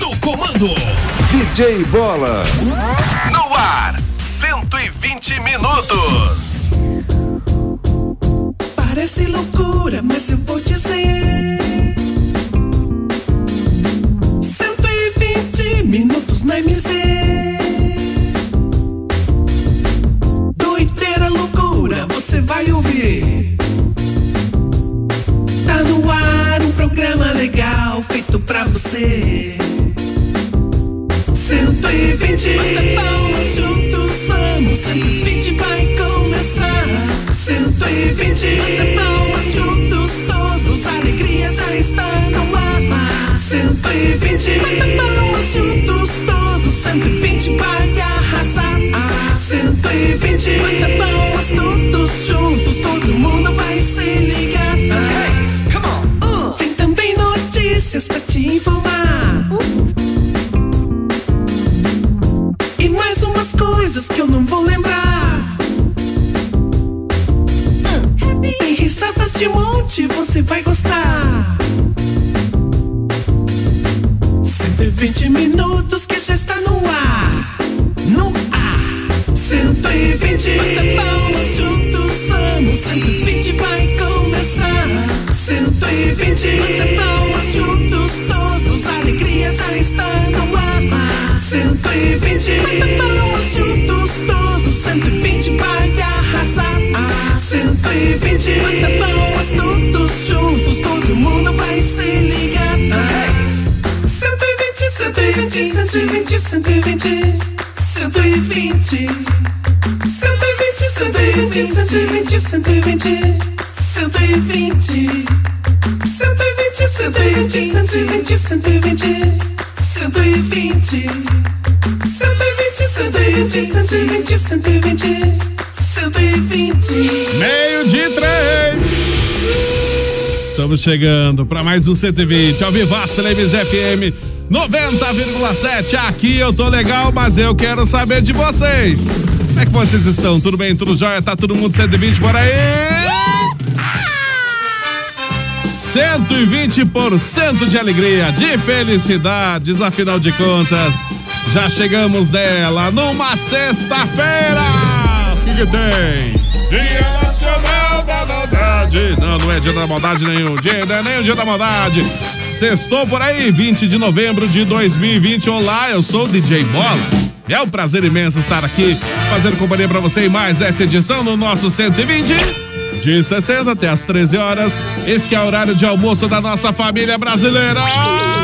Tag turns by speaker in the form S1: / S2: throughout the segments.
S1: Eduardo.
S2: DJ Bola.
S3: No ar, 120 minutos.
S4: Parece loucura, mas eu vou dizer. 120 minutos na MZ. Doideira, loucura, você vai ouvir. Tá no ar um programa legal feito pra você. 120 Bata palmas juntos, vamos 120 vai começar 120 Bata palmas juntos todos A alegria já está no ar 120 Bata palmas juntos todos 120 vai arrasar 120 Bata palmas todos juntos Todo mundo vai se ligar Tem também notícias pra te informar e mais umas coisas que eu não vou lembrar. Tem risadas de monte, você vai gostar. 120 minutos que já está no ar. No ar. 120. Bata palmas juntos, vamos. 120 vai começar. 120. Bata palmas juntos todos, a alegria já está no ar. 120. Bata palmas juntos todos, 120 vai arrasar. 120. Bata palmas todos juntos, todo mundo vai se ligar. 120, 120, 120, 120. 120. 120, 120, 120, 120. 120. 120, 120, 120, 120. 120. 120, 120, 120, 120.
S5: Meio de três. Estamos chegando para mais um 120 ao Vivaço Televis FM 90,7. Aqui eu tô legal, mas eu quero saber de vocês. Como é que vocês estão? Tudo bem? Tudo jóia? Tá todo mundo 120 por aí? 120% de alegria, de felicidades, afinal de contas, já chegamos nela numa sexta-feira! O que, que tem? Dia Nacional da Maldade! Não, não é dia da maldade nenhum, dia, não é nem o dia da maldade! Sextou por aí, 20 de novembro de 2020. Olá, eu sou o DJ Bola. É um prazer imenso estar aqui, fazendo companhia pra você em mais essa edição do nosso 120. De 60 até as 13 horas, esse que é o horário de almoço da nossa família brasileira.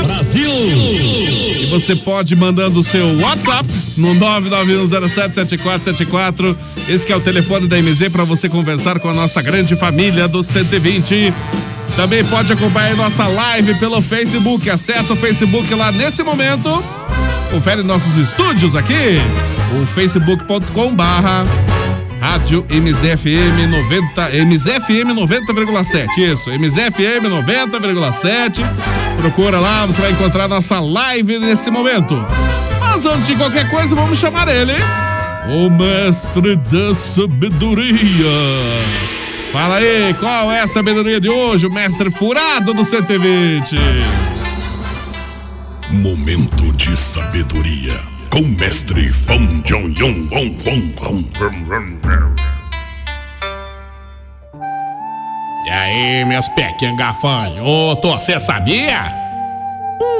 S5: Brasil! E você pode mandando o seu WhatsApp no 991077474. Esse que é o telefone da MZ para você conversar com a nossa grande família do 120. Também pode acompanhar nossa live pelo Facebook. Acesse o Facebook lá nesse momento. Confere nossos estúdios aqui. O facebook.com barra Rádio MZFM 90, MZFM 90,7. Isso, MZFM 90,7. Procura lá, você vai encontrar nossa live nesse momento. Mas antes de qualquer coisa, vamos chamar ele. O mestre da sabedoria. Fala aí, qual é a sabedoria de hoje, o mestre furado do 120?
S6: Momento de sabedoria com o mestre Fão Jong Yong Wong Wong Wong Wong Wong Wong.
S7: E aí, meus pequenos gafanhotos, você sabia?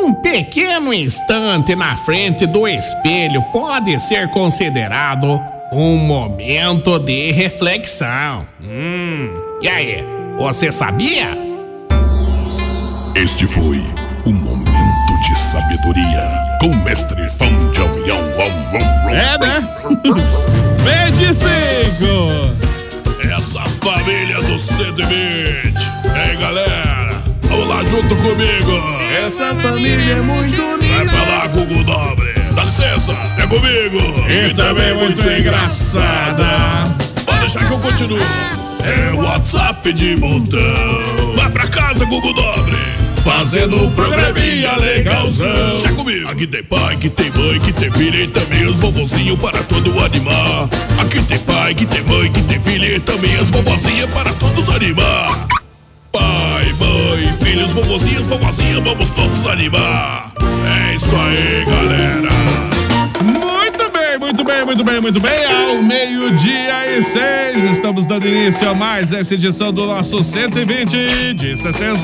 S7: Um pequeno instante na frente do espelho pode ser considerado um momento de reflexão. Hum. E aí, você sabia?
S6: Este foi o momento de sabedoria com o mestre Fão Jong Yong Wong Wong Wong.
S5: É, né? Meio de cinco.
S6: Essa família do 120. Ei, galera, vamos lá junto comigo. Essa família é muito linda. Vai pra lá, Google Dobre. Dá licença, é comigo.
S5: E também É muito engraçada.
S6: Pode deixar que eu continuo. É WhatsApp de montão. Vai pra casa, Google Dobre. Fazendo um programinha legalzão. Chega comigo. Aqui tem pai, que tem mãe, que tem filha e também os bobozinhos para todo animar. Aqui tem pai, que tem mãe, que tem filha e também as bobozinhas para todos animar. Pai, mãe, filhos, vovozinhos, vovozinhas, vamos todos animar. É É isso aí, galera.
S5: Muito bem, muito bem, muito bem, muito bem. Ao meio-dia e seis, estamos dando início a mais essa edição do nosso 120 de 60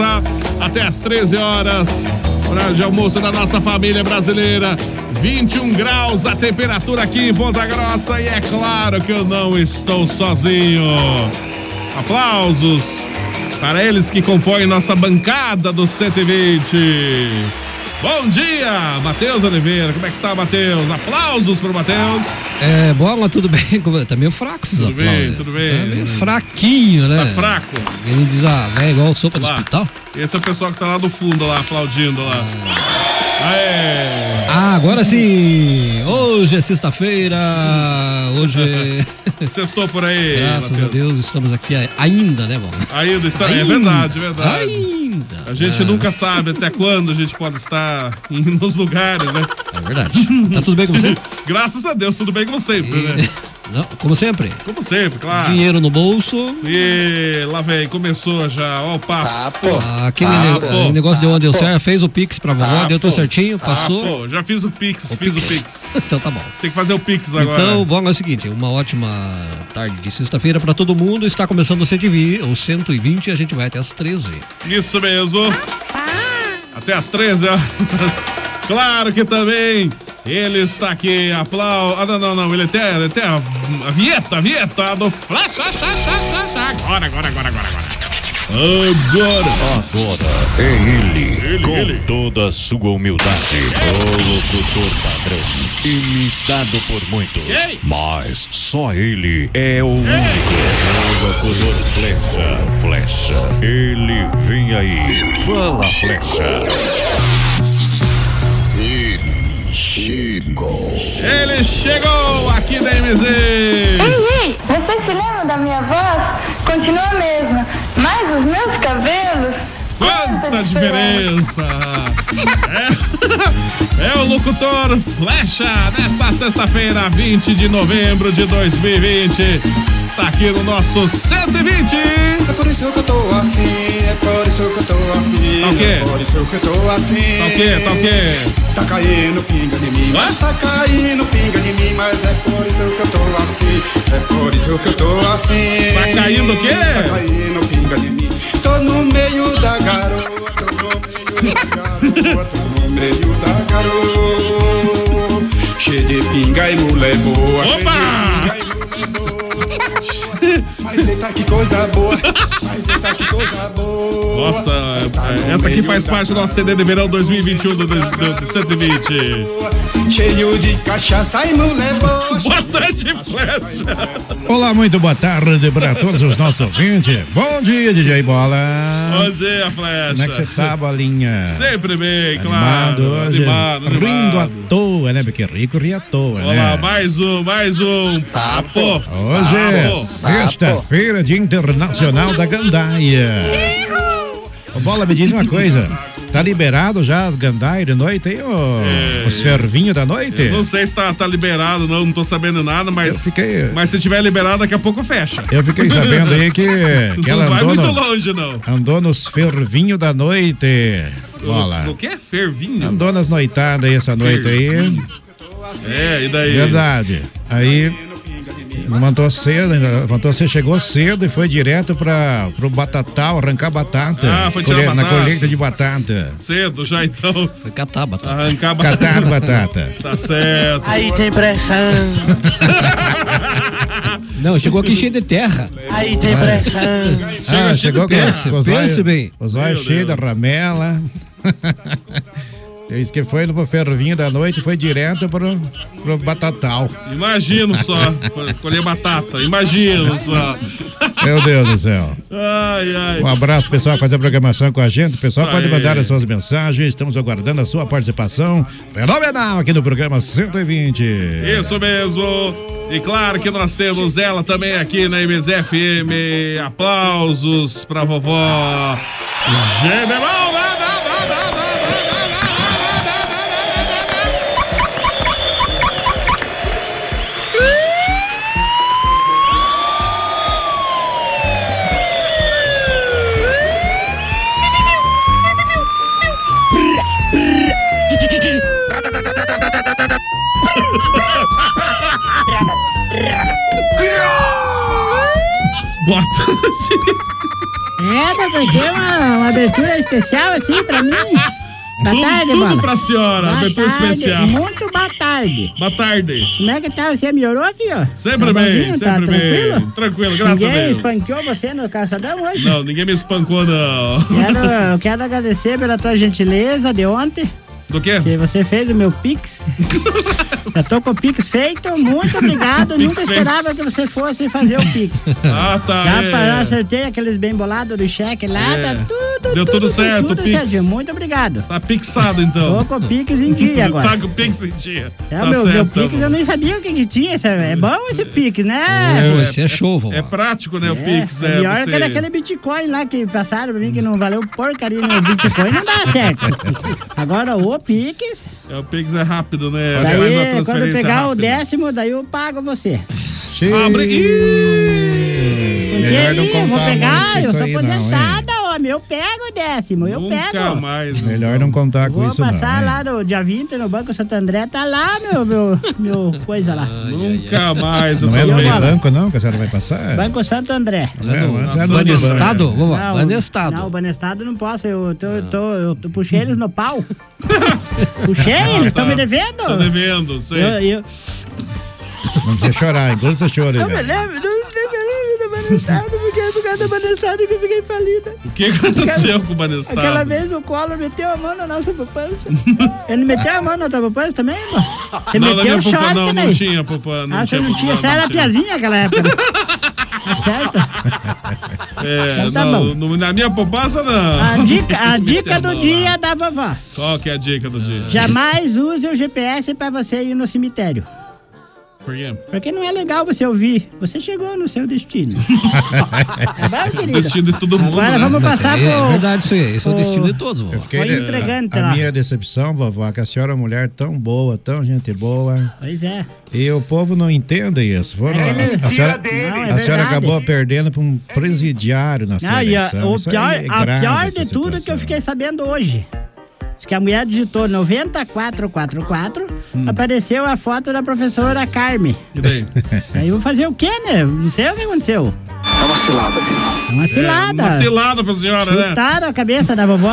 S5: até as 13 horas. Horário de almoço da nossa família brasileira. 21 graus a temperatura aqui em Ponta Grossa. E é claro que eu não estou sozinho. Aplausos para eles que compõem nossa bancada do 120. Bom dia, Matheus Oliveira. Como é que está, Matheus? Aplausos pro Matheus.
S1: É, bola, tudo bem? Como- Tá meio fraco esses
S5: Tudo
S1: aplausos.
S5: bem, tudo bem.
S1: Tá meio fraquinho, né?
S5: Tá fraco.
S1: Ele diz, ah, é igual sopa do
S5: Lá.
S1: hospital.
S5: Esse é o pessoal que tá lá do fundo, lá, aplaudindo lá. Aê!
S1: Ah, agora sim! Hoje é sexta-feira, hoje é...
S5: Sextou por aí,
S1: Graças a
S5: Matheus.
S1: Deus estamos aqui a- ainda, né, bola?
S5: Ainda está... É
S1: Ainda.
S5: verdade, é verdade.
S1: Ainda.
S5: A gente
S1: É,
S5: nunca sabe até quando a gente pode estar em- nos lugares, né?
S1: É verdade. Tá tudo bem com você? É.
S5: Graças a Deus, tudo bem como sempre, né?
S1: Não, como sempre.
S5: Como sempre, claro.
S1: Dinheiro no bolso.
S5: E lá vem, começou já, ó o papo.
S1: Ah, Aquele
S5: Ah,
S1: nego-
S5: Tá, pô.
S1: negócio deu onde deu certo, fez o pix pra vovó, deu tudo certinho,
S5: Ah,
S1: passou.
S5: pô, já fiz o Pix, fiz o Pix.
S1: Então tá bom.
S5: Tem que fazer o Pix agora.
S1: Então, bom, é o seguinte, uma ótima tarde de sexta-feira pra todo mundo. Está começando o 120, o 120 e a gente vai até as 13.
S5: Isso mesmo. Até às 13 horas. Claro que também ele está aqui. Aplau. Ah, não, não, não. Ele até, ele até a, a vinheta, a vinheta do Flash. ah, ah, ah, ah, ah. Agora, agora, agora, agora, agora.
S2: É ele,
S8: Com toda a sua humildade, o locutor padrão, imitado por muitos,
S5: Ei!
S8: mas só ele é o único. O locutor flecha, flecha, ele vem aí, fala flecha.
S5: Ele chegou aqui da MZ.
S9: Ei, vocês se lembram da minha voz? Continua a mesma, mas os meus cabelos.
S5: Quanta diferença! É, é o locutor Flecha, nesta sexta-feira, 20 de novembro de 2020. Está aqui no nosso 120.
S10: É por isso que eu tô assim, é por isso que eu tô assim.
S5: Tá o quê?
S10: É por isso que eu tô assim.
S5: Tá o quê? Tá o quê?
S10: Tá caindo pinga de mim,
S5: Hã?
S10: mas tá caindo pinga de mim, mas é por isso que eu tô assim. É por isso que eu tô assim.
S5: Tá caindo o quê?
S10: Tá caindo pinga de mim. Tô no meio da garoa, tô no meio da garoa, tô no meio da garoa. Cheio de pinga e mulher boa. cheio de
S5: Opa!
S10: mas eita, que coisa boa! Mas eita, que coisa boa!
S5: Nossa, é,
S10: Tá no
S5: essa aqui
S10: meio
S5: faz
S10: da
S5: parte do nosso CD de verão 2021 do, do, do 120.
S10: rua, Cheio de cachaça e mulher boa!
S5: Boa tarde, Flecha.
S11: Olá, muito boa tarde para todos os nossos ouvintes. Bom dia, DJ Bola.
S5: Bom dia,
S11: Como é que você
S5: Flecha.
S11: tá, Bolinha?
S5: Sempre bem,
S11: Animado
S5: claro.
S11: hoje?
S5: Animado,
S11: Rindo
S5: animado.
S11: à toa, né? Porque rico ri à toa,
S5: Olha lá,
S11: né?
S5: mais um, mais um. Papo.
S11: Hoje é
S5: Papo.
S11: sexta-feira de Internacional da Gandaia. Ô, Bola, me diz uma coisa. Tá liberado já as gandaias de noite, hein? ô? Os fervinhos da noite?
S5: É. Não sei se tá, tá liberado, não, não tô sabendo nada, mas.
S11: Eu fiquei-
S5: Mas se tiver liberado, daqui a pouco fecha.
S11: Eu fiquei sabendo aí que, que ela
S5: não vai
S11: andou,
S5: muito
S11: no-
S5: longe, não.
S11: andou nos fervinhos da noite. Bola.
S5: O que é fervinho?
S11: Andou nas noitadas aí essa noite aí.
S5: É, e daí?
S11: Verdade. Aí levantou cedo, ainda levantou cedo, chegou cedo e foi direto para pro batatal, arrancar batata.
S5: Ah, foi tirar
S11: Colhe- na
S5: batata.
S11: colheita de batata.
S5: Cedo já então.
S1: Foi catar, batata.
S5: Arrancar a batata.
S11: Catar batata.
S5: Tá certo.
S4: Aí tem pressão,
S1: Não, chegou aqui cheio de terra.
S4: aí tem pressão.
S5: é
S11: Ah, chegou com,
S1: pensa,
S11: com os
S1: pense
S11: olhos-
S1: bem.
S11: Os olhos cheios da ramela. Diz que foi no fervinho da noite e foi direto pro, pro batatal.
S5: Imagino só. Colher batata. Imagino só.
S11: Meu Deus do céu.
S5: Ai, ai.
S11: Um abraço, pessoal, que faz a programação com a gente. Pessoal,
S5: Isso
S11: pode
S5: aí.
S11: mandar as suas mensagens. Estamos aguardando a sua participação fenomenal aqui no programa 120.
S5: Isso mesmo. E claro que nós temos ela também aqui na MSFM. Aplausos pra vovó. Gemelão, lá, lá, lá, lá, lá, lá, lá, lá, lá, lá, lá, lá, lá. bota. assim.
S12: É, tá porque é uma, uma abertura especial assim pra mim. Boa
S5: Tudo-
S12: tarde,
S5: tudo
S12: bola.
S5: pra senhora,
S12: Boa
S5: abertura
S12: tarde,
S5: especial.
S12: Muito boa tarde.
S5: Boa tarde.
S12: Como é que tá? Você melhorou, filho?
S5: Sempre
S12: tá
S5: bem,
S12: bonzinho?
S5: sempre
S12: tá
S5: bem.
S12: Tranquilo?
S5: Tranquilo, graças a
S12: Ninguém
S5: Deus.
S12: espanqueou você no calçadão hoje?
S5: Não, ninguém me espancou, não.
S12: Quero, eu quero agradecer pela tua gentileza de ontem.
S5: Do quê?
S12: Que você fez o meu Pix. Já tô com o Pix feito, muito obrigado.
S5: Pix
S12: Nunca
S5: feito.
S12: esperava que você fosse fazer o Pix.
S5: Ah, tá.
S12: Já
S5: é.
S12: pa- já acertei aqueles bem bolados do cheque lá, tá
S5: É.
S12: tudo,
S5: Deu tudo certo,
S12: tudo
S5: o Pix.
S12: certinho. Muito obrigado.
S5: Tá pixado, então.
S12: Tô com o Pix em dia agora.
S5: Tá com o Pix em dia.
S12: É,
S5: tá
S12: meu, meu
S5: certo. tá
S12: Pix eu
S5: bom.
S12: nem sabia o que, que tinha. esse- é bom esse Pix, né?
S5: Hum. É,
S1: esse é show, vó.
S5: É prático, né, o Pix,
S12: É
S5: né?
S12: pior
S5: você-
S12: que aquele Bitcoin lá que passaram pra mim que não valeu porcaria no Bitcoin, não dá certo. Agora o Pix.
S5: É, o Pix é rápido, né? Você faz uma
S12: Daí, quando eu
S5: transferência
S12: pegar o
S5: rápida.
S12: décimo, daí eu pago você.
S5: Ah, É
S12: Melhor não eu vou
S11: contar muito
S12: pegar, eu
S11: isso
S12: sou
S11: aí não, hein?
S12: aposentada, homem. Eu pego o décimo, eu pego.
S5: mais.
S11: Melhor não contar com
S12: Vou
S11: isso, não.
S12: passar lá no dia 20 no Banco Santo André, tá lá meu, meu, meu coisa lá.
S5: Nunca mais.
S11: Não é
S12: tô
S11: no
S12: vendo.
S11: banco, não, que a senhora vai
S5: É.
S11: passar?
S12: Banco Santo André.
S11: É, antes era no
S1: Banestado?
S11: banco.
S1: Vamos lá,
S12: Não,
S1: Banestado.
S12: Não, Banestado não posso, eu, tô, eu, tô, eu tô- puxei eles no pau. puxei, eles estão me devendo.
S5: Ah, tá. Tô devendo, sei.
S12: Eu- eu-
S11: Não precisa chorar, enquanto chora.
S12: Não me lembro, não me lembro do Banestado, porque é por causa do Banestado que eu fiquei falida.
S5: O que aconteceu com o Banestado?
S12: Aquela vez o Collor meteu a mão na nossa poupança. Ele meteu a mão na tua poupança também, irmão? Você
S5: não, na
S12: meteu
S5: minha
S12: o short
S5: poupa, não,
S12: também.
S5: não tinha poupa, não
S12: ah, você
S5: tinha
S12: não tinha,
S5: poupa,
S12: você era
S5: tinha.
S12: piazinha naquela época. né? Tá certo?
S5: É,
S12: Então tá
S5: não,
S12: bom.
S5: no- na minha poupança, não.
S12: A dica, a dica
S5: Meteu a
S12: do
S5: mão
S12: dia é da vovó.
S5: Qual que é a dica do dia?
S12: Jamais use o GPS pra você ir no cemitério.
S5: Por quê?
S12: Porque não é legal você ouvir. Você chegou no seu destino. Tá bom, querida?
S5: Destino de todo mundo,
S12: Agora
S5: né?
S12: vamos
S5: Mas
S12: passar
S5: aí é
S12: pro...
S1: verdade isso aí, esse é o destino de todos,
S11: Eu fiquei
S12: Foi entregando,
S11: a,
S12: tá lá.
S11: minha decepção, vovó, que a senhora é uma mulher tão boa, tão gente boa.
S12: Pois é.
S11: E o povo não entende isso. Foram-
S12: É
S11: a, a
S12: mentira
S11: senhora,
S12: dele. Não, é
S11: a senhora
S12: verdade.
S11: acabou perdendo para um presidiário na
S12: Não, Ah, e a,
S11: seleção.
S12: o
S11: Isso aí
S12: pior,
S11: é
S12: a
S11: grave,
S12: pior
S11: essa
S12: de tudo que eu fiquei sabendo hoje. Diz que a mulher digitou 9444,
S5: Hum.
S12: apareceu a foto da professora Carmen.
S5: E daí?
S12: Aí eu vou fazer o quê, né? Não sei o que aconteceu.
S5: É uma cilada.
S12: É uma cilada.
S5: uma cilada pra senhora, né?
S12: Chutaram a cabeça da vovó.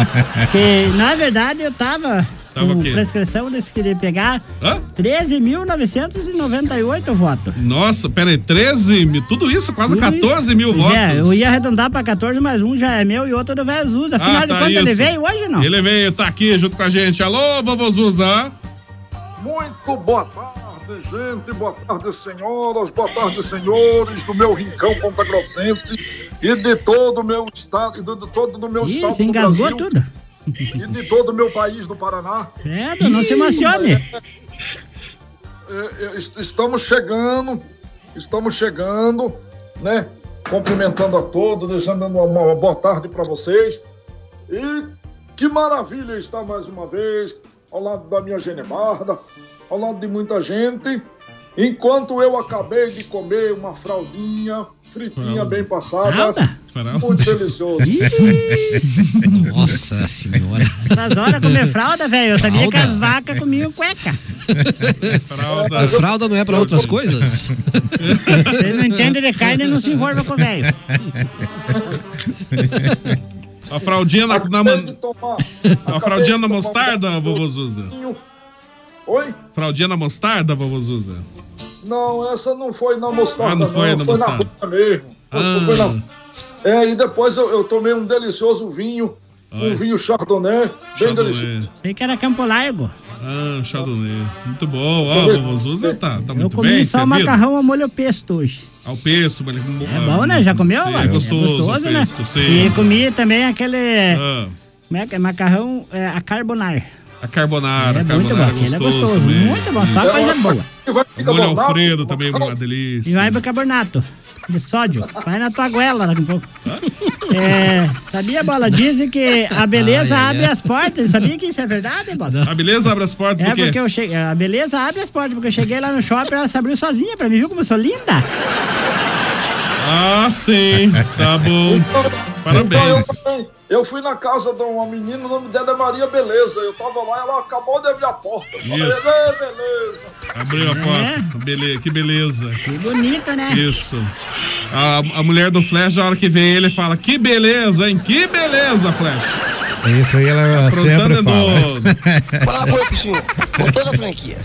S12: que, na verdade, eu tava,
S5: Tava o
S12: com
S5: quê?
S12: prescrição desse querer pegar
S5: Hã?
S12: 13.998 votos.
S5: Nossa, peraí, 13 mil, tudo isso? Quase 14 mil
S12: Uhum. Pois
S5: votos. Ah,
S12: É, eu ia arredondar pra 14, mas um já é meu e outro é do Velho Zuza. Afinal de contas, ele veio hoje ou não?
S5: tá Ele veio, tá aqui junto com a gente. Alô, vovô Zuza.
S13: Muito boa tarde, gente. Boa tarde, senhoras. Boa tarde, senhores do meu rincão Ponta Grossense e de todo o meu estado, e de, de todo
S5: é
S13: o meu
S12: Ih,
S13: estado
S12: se
S13: do
S12: engasgou
S13: Brasil
S12: tudo.
S13: e de todo o meu país do Paraná.
S12: É, não se emocione.
S13: É, é, est- Estamos chegando, estamos chegando, né? Cumprimentando a todos, deixando uma, uma boa tarde para vocês. E que maravilha estar mais uma vez ao lado da minha Genebarda, ao lado de muita gente. Enquanto eu acabei de comer uma fraldinha fritinha bem passada, muito delicioso.
S1: Nossa senhora.
S12: Essas horas comer fralda, velho. Eu sabia que as vacas comiam cueca.
S1: A fralda não é pra outras coisas?
S12: Vocês não entendem de carne e não se envolvam com o velho.
S5: A fraldinha na, na man-
S13: tomar.
S5: a fraldinha na mostarda, vovô Zuza.
S13: um Oi?
S5: Fraldinha na mostarda, vovô Zuza.
S13: Não, essa não foi na mostarda,
S5: Ah, não foi na mostarda.
S13: na rua mesmo. Foi-
S5: Ah.
S13: foi na- É, e depois eu, eu tomei um delicioso vinho,
S5: Olha.
S13: um vinho chardonnay, bem delicioso.
S5: Chardonnay.
S12: Sei que era Campo Largo.
S5: Ah, Chardonnay. Muito bom. Ó, o vovô Zuza tá, tá
S12: Eu
S5: muito
S12: comi
S5: bem
S12: só
S5: servido.
S12: macarrão ao molho pesto hoje.
S5: Ao pesto. mas- É
S12: bom, né? Já comeu,
S5: Sim, é
S12: Wagner?
S5: gostoso,
S12: É gostoso,
S5: o
S12: né?
S5: pesto, sim.
S12: E comi também aquele...
S5: Ah,
S12: Como é que é? Macarrão é, a carbonar.
S5: a carbonara,
S12: É
S5: a
S12: muito bom,
S5: carbonara é
S12: aquele é
S5: gostoso,
S12: gostoso.
S5: também.
S12: Muito bom, só coisa boa.
S5: O molho Alfredo também é uma delícia.
S12: E vai bicarbonato de sódio. Vai na tua goela daqui um pouco. É, sabia, Bola? Dizem que a beleza
S5: Ai, ai,
S12: abre
S5: ai.
S12: as portas. Sabia que isso é verdade, Bola?
S5: A Ah, beleza abre as portas
S12: É
S5: do quê?
S12: porque eu cheguei. A beleza abre as portas, porque eu cheguei lá no shopping ela se abriu sozinha pra mim, viu como eu sou linda?
S5: Ah, sim. Tá bom. Parabéns.
S13: Então, eu, também- eu fui na casa de uma menina, o nome dela é Maria Beleza. Eu tava lá, ela acabou de abrir a porta. Eu falei,
S5: Isso.
S13: "Ê, beleza.
S5: Abriu a porta. Bele... Que beleza.
S12: É. Bonito, né?
S5: Isso. A, a mulher do Flash, na hora que vê ele, fala: Que beleza, hein? Que beleza, Flash.
S11: Isso aí ela
S5: Aprontando
S11: sempre fala.
S4: Fala uma coisa pro senhor, com toda a franquia.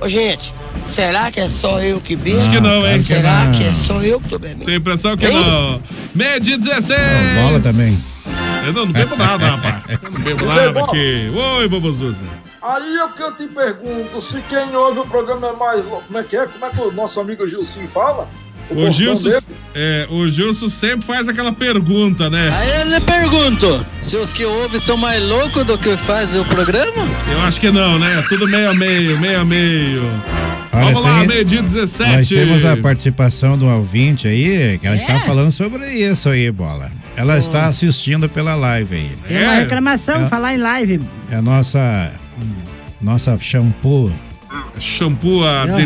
S4: Ô, gente, será que é só eu que bebo?
S5: Acho que não, hein?
S4: Será que é só eu que tô bebendo?
S5: Tem impressão que
S4: Hein?
S5: não. Meio dia 16.
S11: Bola também.
S5: Eu não, não bebo nada, rapaz. Eu não bebo nada aqui. Oi, Bobozuza.
S13: Aí é que eu te pergunto, se quem ouve o programa é mais louco, como é que é? Como é que o nosso amigo Gilcinho fala?
S5: O
S13: bordão
S5: Gilson,
S13: dele?
S5: é, o Gilson sempre faz aquela pergunta, né?
S14: Aí eu lhe pergunto, se os que ouvem são mais loucos do que fazem o programa?
S5: Eu acho que não, né? Tudo meio a meio, meio a meio.
S11: Olha,
S5: Vamos lá,
S11: tem-
S5: meio-dia
S11: Nós
S5: 17.
S11: temos a participação do ouvinte aí,
S12: É.
S11: que ela está falando sobre isso aí, bola. Ela está assistindo pela live aí.
S12: Tem uma reclamação,
S11: É.
S12: falar em live.
S11: É a nossa. Nossa shampoo.
S5: Shampoo a
S12: Eu-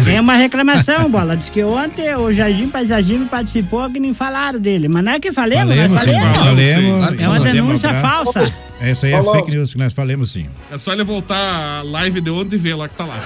S12: Tem É uma reclamação, Bola. Diz que ontem o Jardim Paisagismo participou que nem falaram dele. Mas não é que falemos,
S11: Falemos
S12: nós
S11: sim, nós
S12: falemos.
S11: falemos.
S12: É uma
S11: Nós
S12: denúncia
S11: temos pra-
S12: falsa.
S11: Essa aí é
S5: Falou.
S11: fake news que nós falamos sim.
S5: É só ele voltar a live de ontem e ver lá que tá lá.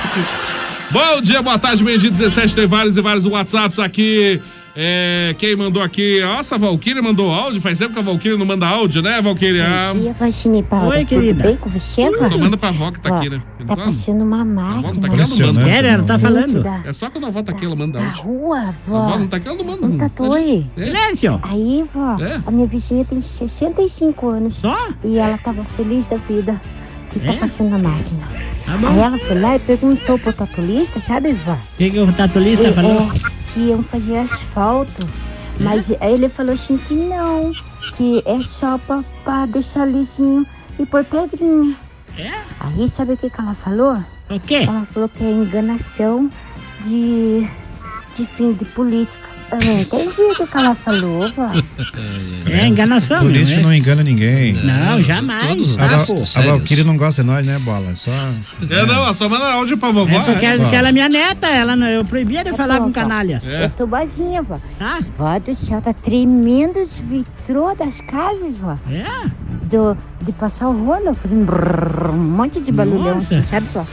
S5: Bom dia, boa tarde, meio-dia 17. Tem vários e vários WhatsApps aqui. É, quem mandou aqui? Nossa, a Valkyria mandou áudio. Faz tempo que a Valkyria não manda áudio, né, Valkyria?
S15: Oi, Valdine Paula.
S5: Oi, querida.
S15: Tudo bem com você, Val?
S5: Só manda pra Vó que tá aqui, né?
S15: Tá parecendo uma máquina.
S5: Tá aqui, ela não manda.
S15: Da
S5: É só quando a Vó tá aqui, ela manda áudio.
S15: rua, vó.
S5: A vó não tá aqui, ela não manda.
S15: Não tá oi.
S5: É.
S12: Silêncio.
S15: Aí, vó, a minha vizinha tem 65 anos.
S12: Só?
S15: E ela tava feliz da vida que tá
S12: É? Tá
S15: passando a máquina.
S12: bom.
S15: Aí ela foi lá e perguntou pro tatulista, sabe, vó?
S12: O que, que o tatulista
S15: É,
S12: Tá, falou? Hum?
S15: é, se iam fazer asfalto. Mas aí ele falou assim que não, que é só pra, pra deixar lisinho e pôr pedrinha. Aí sabe o que, que ela falou?
S12: É? O quê?
S15: Ela falou que é enganação de, de fim de política. Eu não entendi o que, que ela falou, vó.
S12: É enganação,
S11: Político
S12: né?
S11: não engana ninguém.
S12: Não, jamais.
S11: A,
S12: Ah,
S11: Val-
S12: pô.
S11: a Valkyrie não gosta de nós, né, bola? Só.
S5: É, não, ela só manda áudio pra
S12: É
S5: vovó.
S12: porque,
S11: é,
S12: porque
S11: vó.
S12: ela é minha neta, ela não, eu proibia de falar com canalhas.
S5: É.
S12: Ah.
S15: Eu tô boazinha, vó. Vó do céu, tá tremendo os vitrô das casas, vó.
S12: É?
S15: Do, de passar o rolo, fazendo brrr, um monte de barulhão,
S12: Nossa.
S15: assim, sabe, vó?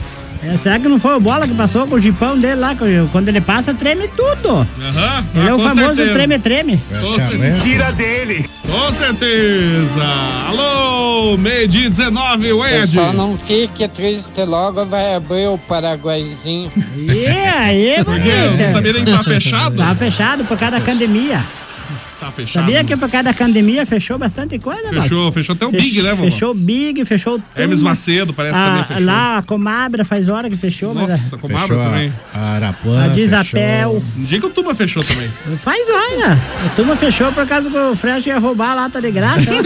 S12: É, será que não foi o Bola que passou com o jipão dele lá? que Quando ele passa, treme tudo.
S5: Aham,
S12: Ele
S5: ah,
S12: é o
S5: com
S12: famoso
S5: certeza. É
S12: treme-treme.
S5: Com certeza.
S12: dele.
S5: Com certeza. Alô, meio-dia 19, o Ed.
S7: Pessoal, não fique triste, logo vai abrir o Paraguaizinho.
S12: E
S5: É,
S12: aí, bonita.
S7: Eu não sabia nem que tava fechado.
S12: Tava fechado por causa da pandemia.
S5: Tá fechado.
S12: Sabia que por causa da pandemia fechou bastante coisa, né? mano?
S5: Fechou, fechou até o Big, né, vovó?
S12: Fechou o Big, fechou o tudo.
S5: Hermes Macedo, parece, também
S12: Ah,
S5: fechou.
S12: Lá, a Comabra faz hora que fechou. mas é.
S5: Nossa,
S12: a-
S5: a Comabra também.
S11: A Arapuã.
S12: A Desapel.
S5: Um dia que o Tuba fechou também.
S12: Faz hora. A turma fechou por causa que o Fresh ia roubar a lata de graça. né?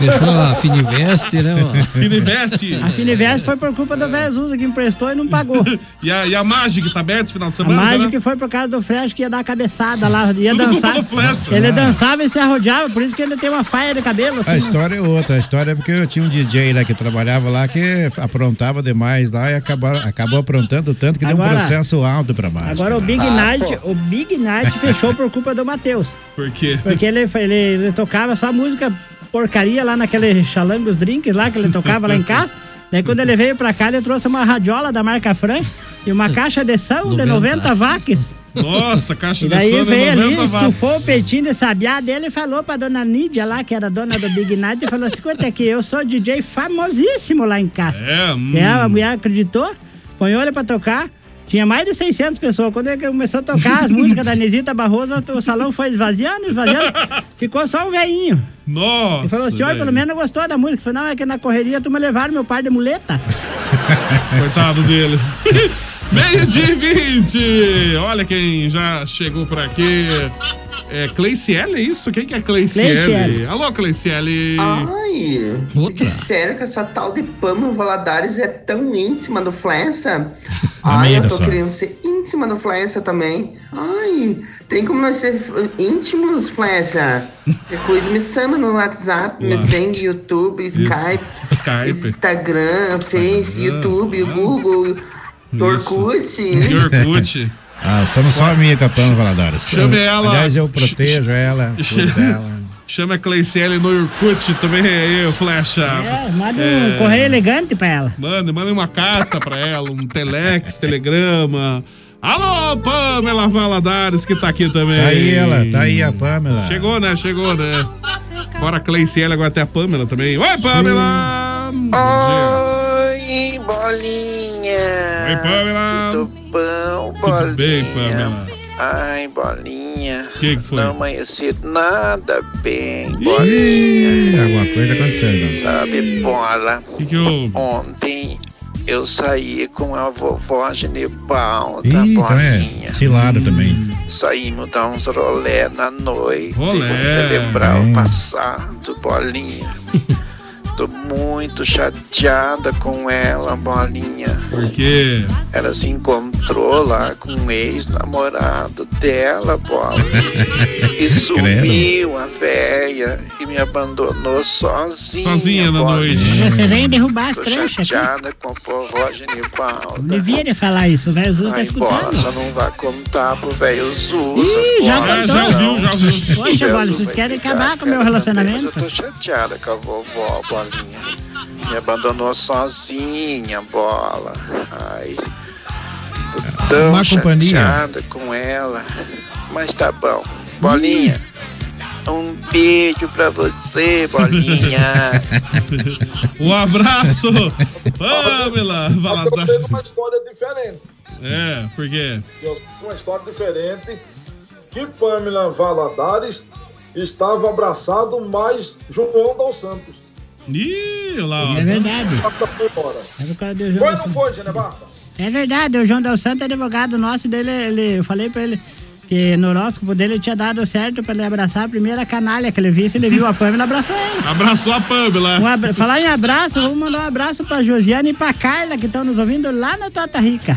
S16: Fechou a Fininvest, né? ó.
S5: Finiveste.
S12: a Finivest foi por culpa do Vezusa que emprestou e não pagou.
S5: E a, e a Magic tá aberta esse final de
S12: A
S5: semana?
S12: mágica
S5: será?
S12: que foi por causa do Flash que ia dar a cabeçada lá, ia
S5: Tudo
S12: dançar.
S5: culpa do Flash. né?
S12: Ele
S11: Ah.
S12: dançava e se arrodeava, por isso que ele tem uma faia de cabelo.
S11: A
S12: assim, ó.
S11: história é outra. A história é porque eu tinha um DJ lá que trabalhava lá que aprontava demais lá e acabou, acabou aprontando tanto que deu um
S12: Agora-
S11: processo alto pra né? baixo.
S12: Agora o
S17: Ah,
S5: Ah,
S12: Big Night, o Big Night fechou por culpa do Matheus.
S5: Por quê?
S12: Porque ele, foi- ele, ele tocava só música porcaria lá naquele Xalangos Drinks lá que ele tocava lá em casa. Daí quando ele veio pra cá, ele trouxe uma radiola da marca Fran e uma caixa de som de 90 vaques.
S5: né? Nossa, caixa
S12: E
S5: de
S12: daí
S5: sono
S12: veio ali,
S5: 90 watts.
S12: estufou o peitinho de sabiá dele e falou pra dona Nídia lá, que era dona do Big Night, e falou assim, "Escuta aqui, eu sou DJ famosíssimo lá em casa.
S5: É, hum.
S12: E a mulher acreditou, põe olho pra tocar, tinha mais de 600 pessoas. Quando ele começou a tocar as músicas da Anisita Barroso, o salão foi esvaziando, esvaziando, ficou só um veinho.
S5: Nossa.
S12: Ele falou, o senhor
S5: velho.
S12: pelo menos gostou da música. Eu falei, não, é que na correria tu me levaram meu par de muleta.
S5: Coitado dele. Meio de 20. Olha quem já chegou por aqui. É Cleiciele, é isso? Quem que é Cleiciele?
S18: Cleiciele. Ah.
S5: Alô, Cleiciele.
S18: Ai, disseram que essa tal de Pamela Valadares é tão íntima do Flensa. Ai,
S5: Amiga
S18: eu tô
S5: só.
S18: querendo ser íntima do Flensa também. Ai, tem como nós ser f- íntimos, Flensa? Depois me chama no WhatsApp, me
S5: Lá.
S18: Messenger, YouTube, Skype,
S5: Skype.
S18: Instagram, Face, YouTube, Google, Orkut.
S5: E Orkut.
S11: Ah, somos só amiga, Pano Valadares.
S5: Chame ela.
S11: Aliás, eu protejo ela, cuido dela. né?
S5: Chama a Cleiciele no Orkut também aí, o Flecha.
S12: É, manda um correio elegante pra ela.
S5: Manda, manda uma carta pra ela, um telex, telegrama. Alô, Pamela Valadares, que tá aqui também.
S11: Tá aí ela, tá aí a Pamela.
S5: Chegou, né? Chegou, né? Bora a Cleiciela, agora até a Pamela também. Oi, Pamela!
S17: Oi, bolinha!
S5: Oi, Pamela!
S17: Tudo bom, bolinha?
S5: Tudo bem, Pamela?
S17: Ai, bolinha.
S5: Que que foi?
S17: Não amanhecido nada bem,
S11: Ih,
S17: bolinha.
S11: alguma coisa acontecendo.
S17: Sabe, bola?
S5: Que que houve?
S17: Ontem eu saí com a vovó Genebalda,
S11: Ih, então
S17: bolinha.
S11: é cilada também.
S17: Saímos dar uns rolé na noite.
S11: Rolé,
S17: vamos celebrar
S11: é.
S17: o passado, bolinha. Tô muito chateada com ela, bolinha.
S5: Por quê?
S17: Ela se encontrou lá com o ex-namorado dela, bola. E sumiu a véia e me abandonou sozinha.
S5: Sozinha na
S17: bolinha.
S5: noite.
S12: Você veio derrubar as né?
S17: Tô
S12: tranchas aqui.
S17: Hum. chateada com a vovó Genibalda.
S12: Devia de falar isso, velho. Jesus tá
S17: Ai, bola,
S12: escutando.
S17: só não vai contar pro velho Zusa.
S12: Ih, já
S17: bola,
S12: contou.
S17: não.
S12: Ah, Já ouviu, já ouviu. Poxa,
S17: Velho
S12: bola, vocês
S17: Zusa
S12: querem
S17: vai
S12: acabar
S17: ficar,
S12: com o meu
S17: cara,
S12: relacionamento?
S17: mas Eu tô chateada com a vovó, bolinha. Me abandonou sozinha, bola. Ai. Tô tão
S11: Má companhia.
S17: chateada com ela. Mas tá bom. Bolinha.
S12: Hum.
S17: Um beijo pra você, bolinha.
S5: Um abraço! Pamela
S13: Eu tenho
S5: Valadares.
S13: uma história diferente.
S5: É, por quê?
S13: Eu sei Uma história diferente. Que Pamela Valadares estava abraçado mais João Dal Santos.
S5: Ih, lá, ó.
S12: É verdade.
S13: Foi embora.
S12: É por causa do João Del
S13: Foi ou não
S12: Santo.
S13: foi, Genebarca?
S12: É verdade, o João Del Santo é advogado nosso dele, ele, eu falei pra ele que no horóscopo dele tinha dado certo pra ele abraçar a primeira canalha que ele visse, ele viu a Pamela, abraçou ele.
S5: Abraçou a Pamela.
S12: Um abra... Falar em abraço, vamos mandar um abraço pra Josiane e pra Carla que estão nos ouvindo lá na Tota Rica.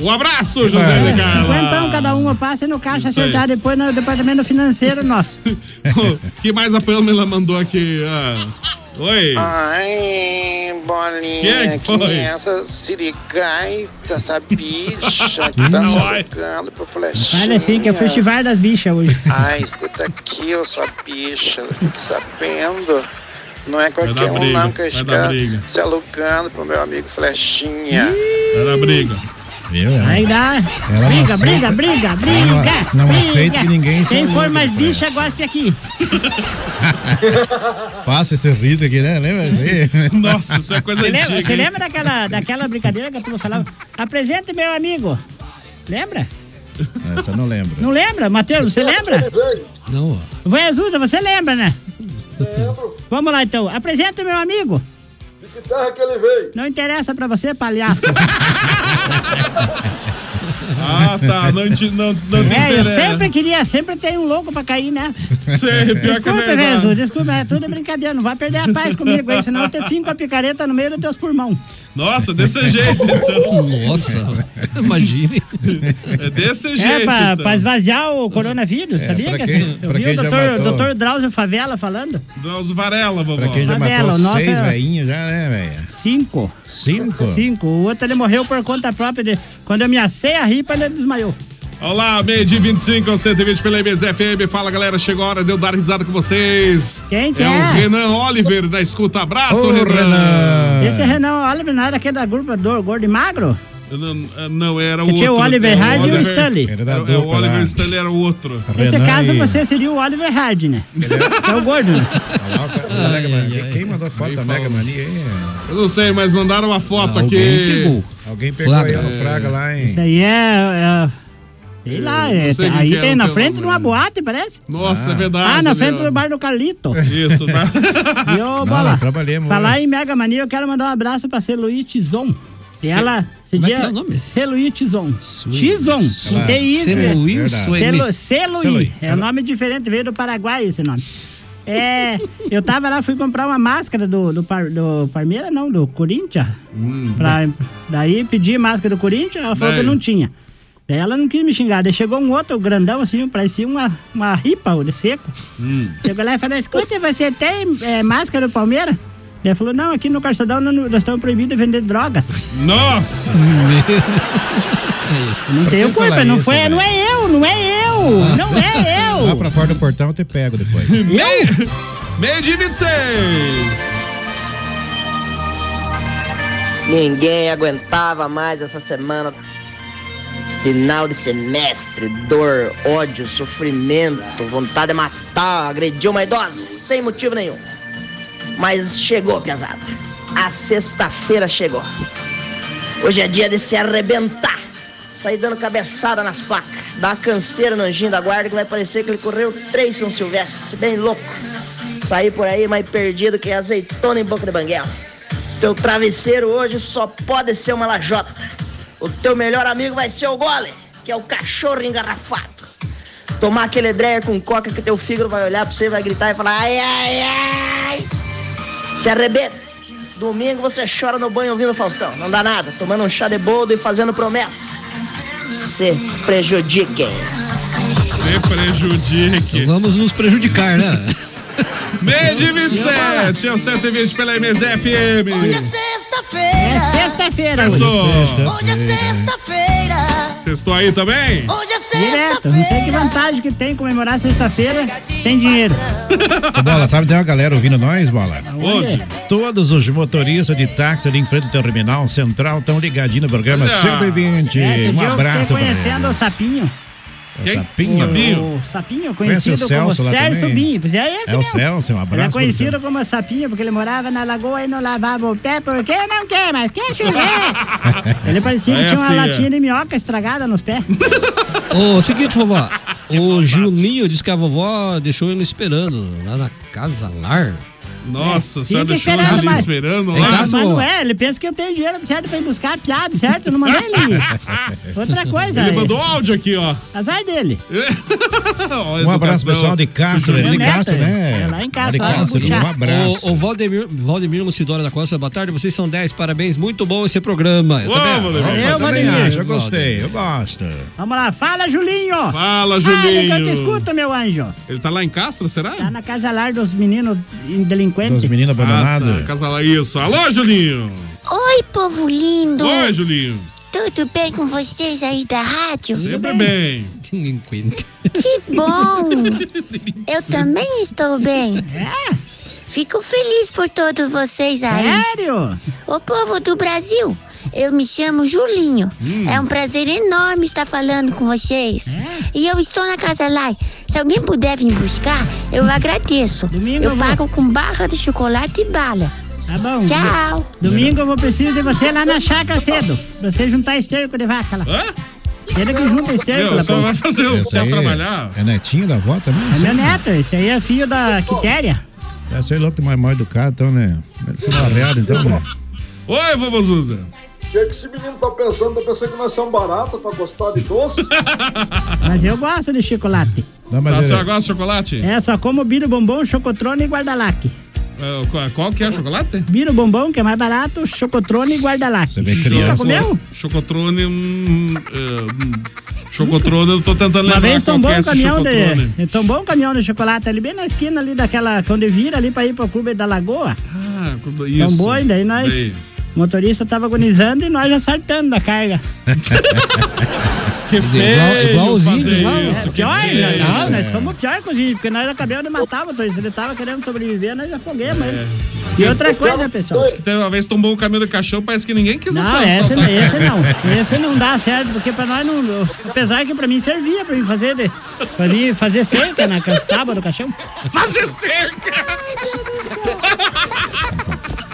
S5: Um abraço, José de
S12: Cinquentão
S5: Carla.
S12: cada uma, passa no caixa
S5: Ah, Isso aí.
S12: acertar depois no departamento financeiro nosso. um.
S5: que mais a Pamela mandou aqui? Ah, Oi.
S17: Ai, bolinha,
S5: Quem foi?
S17: que é essa sirigaita, essa bicha que tá
S12: Hum.
S17: sacando pro flechinha.
S12: Fala assim que é o festival das bichas hoje.
S17: Ai, escuta aqui, ô sua bicha, fique sabendo. Não é
S5: dar
S17: qualquer um
S5: briga,
S17: não que
S5: vai dar
S17: está
S5: briga.
S17: se alugando pro meu amigo Flechinha.
S5: Vai dar briga.
S12: Aí dá.
S11: não
S12: Briga,
S11: aceita-
S12: briga, briga, briga,
S11: Ela não- não
S12: briga.
S11: aceita que ninguém se
S12: Quem for
S11: alugue,
S12: mais bicha, goste aqui.
S11: Passa esse riso aqui, né? Lembra isso aí?
S5: Nossa, isso é coisa
S12: Você lembra, você
S11: hein?
S12: lembra daquela, daquela brincadeira que a turma falava? Apresente meu amigo. Lembra?
S11: Essa É, eu não lembro.
S12: Não lembra, Matheus? Você lembra?
S1: Não,
S12: Vai Azusa, você lembra, né? Lembro. Vamos lá então. Apresenta meu amigo.
S13: De que terra que ele veio?
S12: Não interessa pra você, palhaço.
S5: Ah, tá. Não, te- não, não tem
S12: é, eu
S5: interesse.
S12: sempre queria, sempre tem um louco pra cair nessa.
S5: Sei, pior que é
S12: desculpa,
S5: verdade.
S12: né, Jesus, desculpa, é tudo brincadeira. Não vai perder a paz comigo aí, senão eu te finco a picareta no meio dos teus pulmão.
S5: Nossa, desse jeito, então.
S1: Nossa, imagine.
S5: É desse jeito.
S12: É, pra,
S5: então.
S12: pra esvaziar o coronavírus, sabia?
S5: É, pra
S12: que
S5: quem-
S12: assim, eu
S5: pra
S12: vi
S5: quem
S12: o
S5: já
S12: doutor,
S5: matou.
S12: doutor Drauzio Favela falando.
S5: Drauzio Varela, vovó.
S11: Pra quem já
S12: Favela, o
S11: matou
S12: nosso
S11: seis
S12: é-
S11: veinhos já, né, velho?
S12: Cinco.
S11: Cinco?
S12: Cinco. O outro ele morreu por conta própria. dele. Quando eu me acei a ripa, ele desmaiou.
S5: Olá, meio de 25 ao 120 pela MSFM. Fala galera, chegou a hora de eu dar risada com vocês.
S12: Quem que
S5: é? o
S12: é?
S5: Renan Oliver da Escuta. Abraço,
S12: Ô,
S5: Renan.
S12: Esse é Renan Oliver, não era aquele da grupo do Gordo e Magro?
S5: Não, Ah, não, era o
S12: Tinha
S5: outro.
S12: é o Oliver
S5: Era
S12: Hardy e o
S5: Oliver-
S12: Stanley.
S5: Era da dupla, é, o
S11: né?
S5: Oliver Stanley era o outro.
S12: Nesse caso, você seria o Oliver Hard, né? É o Gordo. né?
S11: Quem mandou foto da Mega Mania aí?
S5: Eu não sei, mas mandaram uma foto aqui.
S11: Alguém pegou aí no Fraga lá, hein?
S12: Isso aí é... é- sei lá,
S11: não
S12: é-
S11: sei quem que
S12: aí
S11: é,
S12: tem
S11: não
S12: na
S11: tem
S12: frente de uma boate, parece.
S5: Nossa, é verdade.
S12: Ah, na
S5: ali,
S12: frente
S5: ó.
S12: do bar do Carlito.
S5: Isso, tá?
S12: E ô, Bola, falar em Mega Mania, eu quero mandar um abraço pra Celuí Tizon. E ela, esse
S1: Como é
S12: dia.
S1: que é o nome?
S12: Celuí Tizon. Tizon.
S1: Su-
S12: Não tem isso.
S1: Celuí ou Sueli? Celuí.
S12: né? Celuí. É um nome diferente, veio do Paraguai esse nome. É, eu tava lá, fui comprar uma máscara do, do, Par- do Parmeira, não, do Corinthians. Pra- daí pedi máscara do Corinthians, ela falou
S4: Daí?
S12: que não tinha. Daí ela não quis me xingar. Daí chegou um outro grandão assim, parecia uma, uma ripa, olho seco.
S5: hum.
S12: Chegou lá e falou: Escuta, você tem eh, máscara do Palmeiras? Daí Ele falou: Não, aqui no Carçadão não- nós estamos proibidos de vender drogas.
S5: Nossa!
S12: Não tenho culpa, não, foi, não
S11: é?
S12: é eu, não é eu, não é eu.
S11: Lá pra fora do portão eu te pego depois.
S5: Meio, meio de 26.
S19: Ninguém aguentava mais essa semana.
S20: Final de semestre, dor, ódio, sofrimento, vontade de matar, agrediu uma idosa, sem motivo nenhum. Mas chegou, pesado. A sexta-feira chegou. Hoje é dia de se arrebentar. Sair dando cabeçada nas pacas. Dar uma canseira no anjinho da guarda que vai parecer que ele correu três São Silvestre. Bem louco. Sair por aí mais perdido que azeitona em boca de banguela. Teu travesseiro hoje só pode ser uma lajota. O teu melhor amigo vai ser o gole, que é o cachorro engarrafado. Tomar aquele dreia com coca que teu fígado vai olhar pra você, vai gritar e falar ai, ai, ai. Se arrebenta. Domingo você chora no banho ouvindo Faustão. Não dá nada. Tomando um chá de boldo e fazendo promessa. Se prejudiquem.
S5: Se prejudique.
S1: Vamos nos prejudicar, né?
S5: Meio de 27, às 7h20 pela MSFM.
S21: Hoje é sexta-feira.
S12: É sexta-feira.
S5: Sextou.
S21: Hoje é sexta-feira.
S5: Sextou aí também?
S21: Hoje é
S12: Direto, não sei que vantagem que tem comemorar sexta-feira sem dinheiro.
S11: Ô, Bola, sabe, tem uma galera ouvindo nós, Bola?
S12: Onde?
S11: Todos os motoristas de táxi ali em frente ao terminal central estão ligadinhos no programa
S12: Olha.
S11: 120.
S12: É, esse
S11: um
S12: dia eu
S11: abraço
S12: fiquei
S11: pra
S12: conhecendo o Sapinho.
S11: Quem? Sapinho?
S12: O-
S11: Sapinho?
S12: O Sapinho,
S11: Conhece o
S12: conhecido como
S11: Celso lá
S12: Sérgio
S11: também?
S12: Binho. Pois É, esse
S11: É o
S12: mesmo.
S11: Celso, um
S12: Ele
S11: abraço
S12: é
S11: pro
S12: conhecido como Sapinho, porque ele morava na lagoa e não lavava o pé, porque não quer, mas quer
S11: É
S12: chover. Ele parecia que
S1: É
S12: tinha uma
S1: assim, é.
S12: latinha de minhoca estragada nos pés.
S1: Ô, seguinte, vovó. O Juninho disse que a vovó deixou ele esperando lá na casa lar.
S5: Nossa,
S12: Fica mas-
S1: Em
S12: Mas,
S1: casa,
S12: não
S1: vovó?
S12: é, ele pensa que eu tenho dinheiro certo pra ir buscar a piada, certo? Eu Não mandei ele. ir. Outra coisa.
S5: Ele
S12: é-
S5: mandou áudio aqui, ó.
S12: Azar dele.
S11: Um abraço, pessoal de Castro, ali de
S1: Minha
S11: Castro,
S1: neta,
S11: né?
S1: é
S12: lá em Castro,
S11: de
S12: lá no
S11: Castro,
S12: Butiá.
S11: um abraço.
S1: O, o Valdemir, Valdemir Lucidora da Costa, boa tarde. Vocês são 10, parabéns. Muito bom esse programa. Eu também acho.
S11: Eu também acho, eu gostei, eu gosto.
S12: Vamos lá, fala, Julinho.
S5: Fala,
S12: Fala, que eu
S5: Julinho.
S12: te escuto, meu anjo.
S5: Ele tá lá em Castro, será?
S12: Tá na casa lar dos meninos delinquentes.
S5: Ah, tá, casa lá, isso. Alô, Julinho.
S19: Oi, povo lindo!
S5: Oi, Julinho.
S19: Tudo bem com vocês aí da rádio?
S5: Sempre bem.
S1: Delinquente.
S19: Que bom! Eu também estou bem.
S12: É?
S19: Fico feliz por todos vocês aí.
S12: Sério?
S19: O povo do Brasil, eu me chamo Julinho.
S12: Hum.
S19: É um prazer enorme estar falando com
S12: É?
S19: vocês. E eu estou na Casa Lai. Se alguém puder vir buscar, eu agradeço. eu pago com barra de chocolate e bala.
S12: Tá bom.
S19: Tchau.
S12: Domingo eu vou precisar de você lá na chácara cedo. Pra você juntar esterco de vaca lá. Ele que junta esterco lá.
S11: Meu,
S12: pô.
S11: Esse aí É netinho da avó também?
S12: É meu neto, esse aí é filho da Quitéria.
S11: Deve ser É, louco mais mal educado, então, né? Deve ser barreado, então, né?
S5: Oi, vovô Zuza.
S13: O que, que esse menino tá pensando? Tá pensando que nós somos barata pra gostar de doce?
S12: Mas eu gosto de chocolate.
S11: Não,
S5: mas A ele- senhora gosta de chocolate?
S12: É, só como biro bombom, chocotrone e guardalac.
S5: Ah, qual- Qual que é o chocolate?
S12: Biro bombom, que é mais barato, chocotrone e guardalac. Você
S11: É
S5: Choco-
S12: comeu?
S5: Chocotrone. Hum, é, hum, chocotrone, eu tô tentando lembrar.
S12: Uma vez
S5: qual
S12: tombou
S5: que é
S12: um
S5: esse
S12: caminhão
S5: chocotrone.
S12: de. Tombou um caminhão de chocolate ali bem na esquina ali daquela. Quando vira ali pra ir pro clube da lagoa.
S5: Ah, quando- isso.
S12: Tombou e daí nós.
S5: Daí.
S12: O motorista tava agonizando e nós assaltando da carga.
S5: Que
S1: Igual,
S5: feio.
S1: igual os
S5: fazer
S1: índios lá.
S5: isso, que
S12: Pior,
S5: feio.
S12: né? não, nós
S5: É.
S12: fomos pior que os índios, porque nós acabamos de matar o motorista. Ele tava querendo sobreviver, nós afoguemos
S5: É.
S12: ele. E outra
S5: Então,
S12: coisa, pessoal.
S5: Diz que teve uma vez tombou um caminho do caixão, parece que ninguém quis tá-
S12: Não,
S5: assal-
S12: esse,
S5: assaltar.
S12: esse não. Esse não dá certo, porque pra nós não. Apesar que pra mim servia pra mim fazer, de, pra mim fazer cerca né, na tábua do caixão.
S5: Fazer cerca!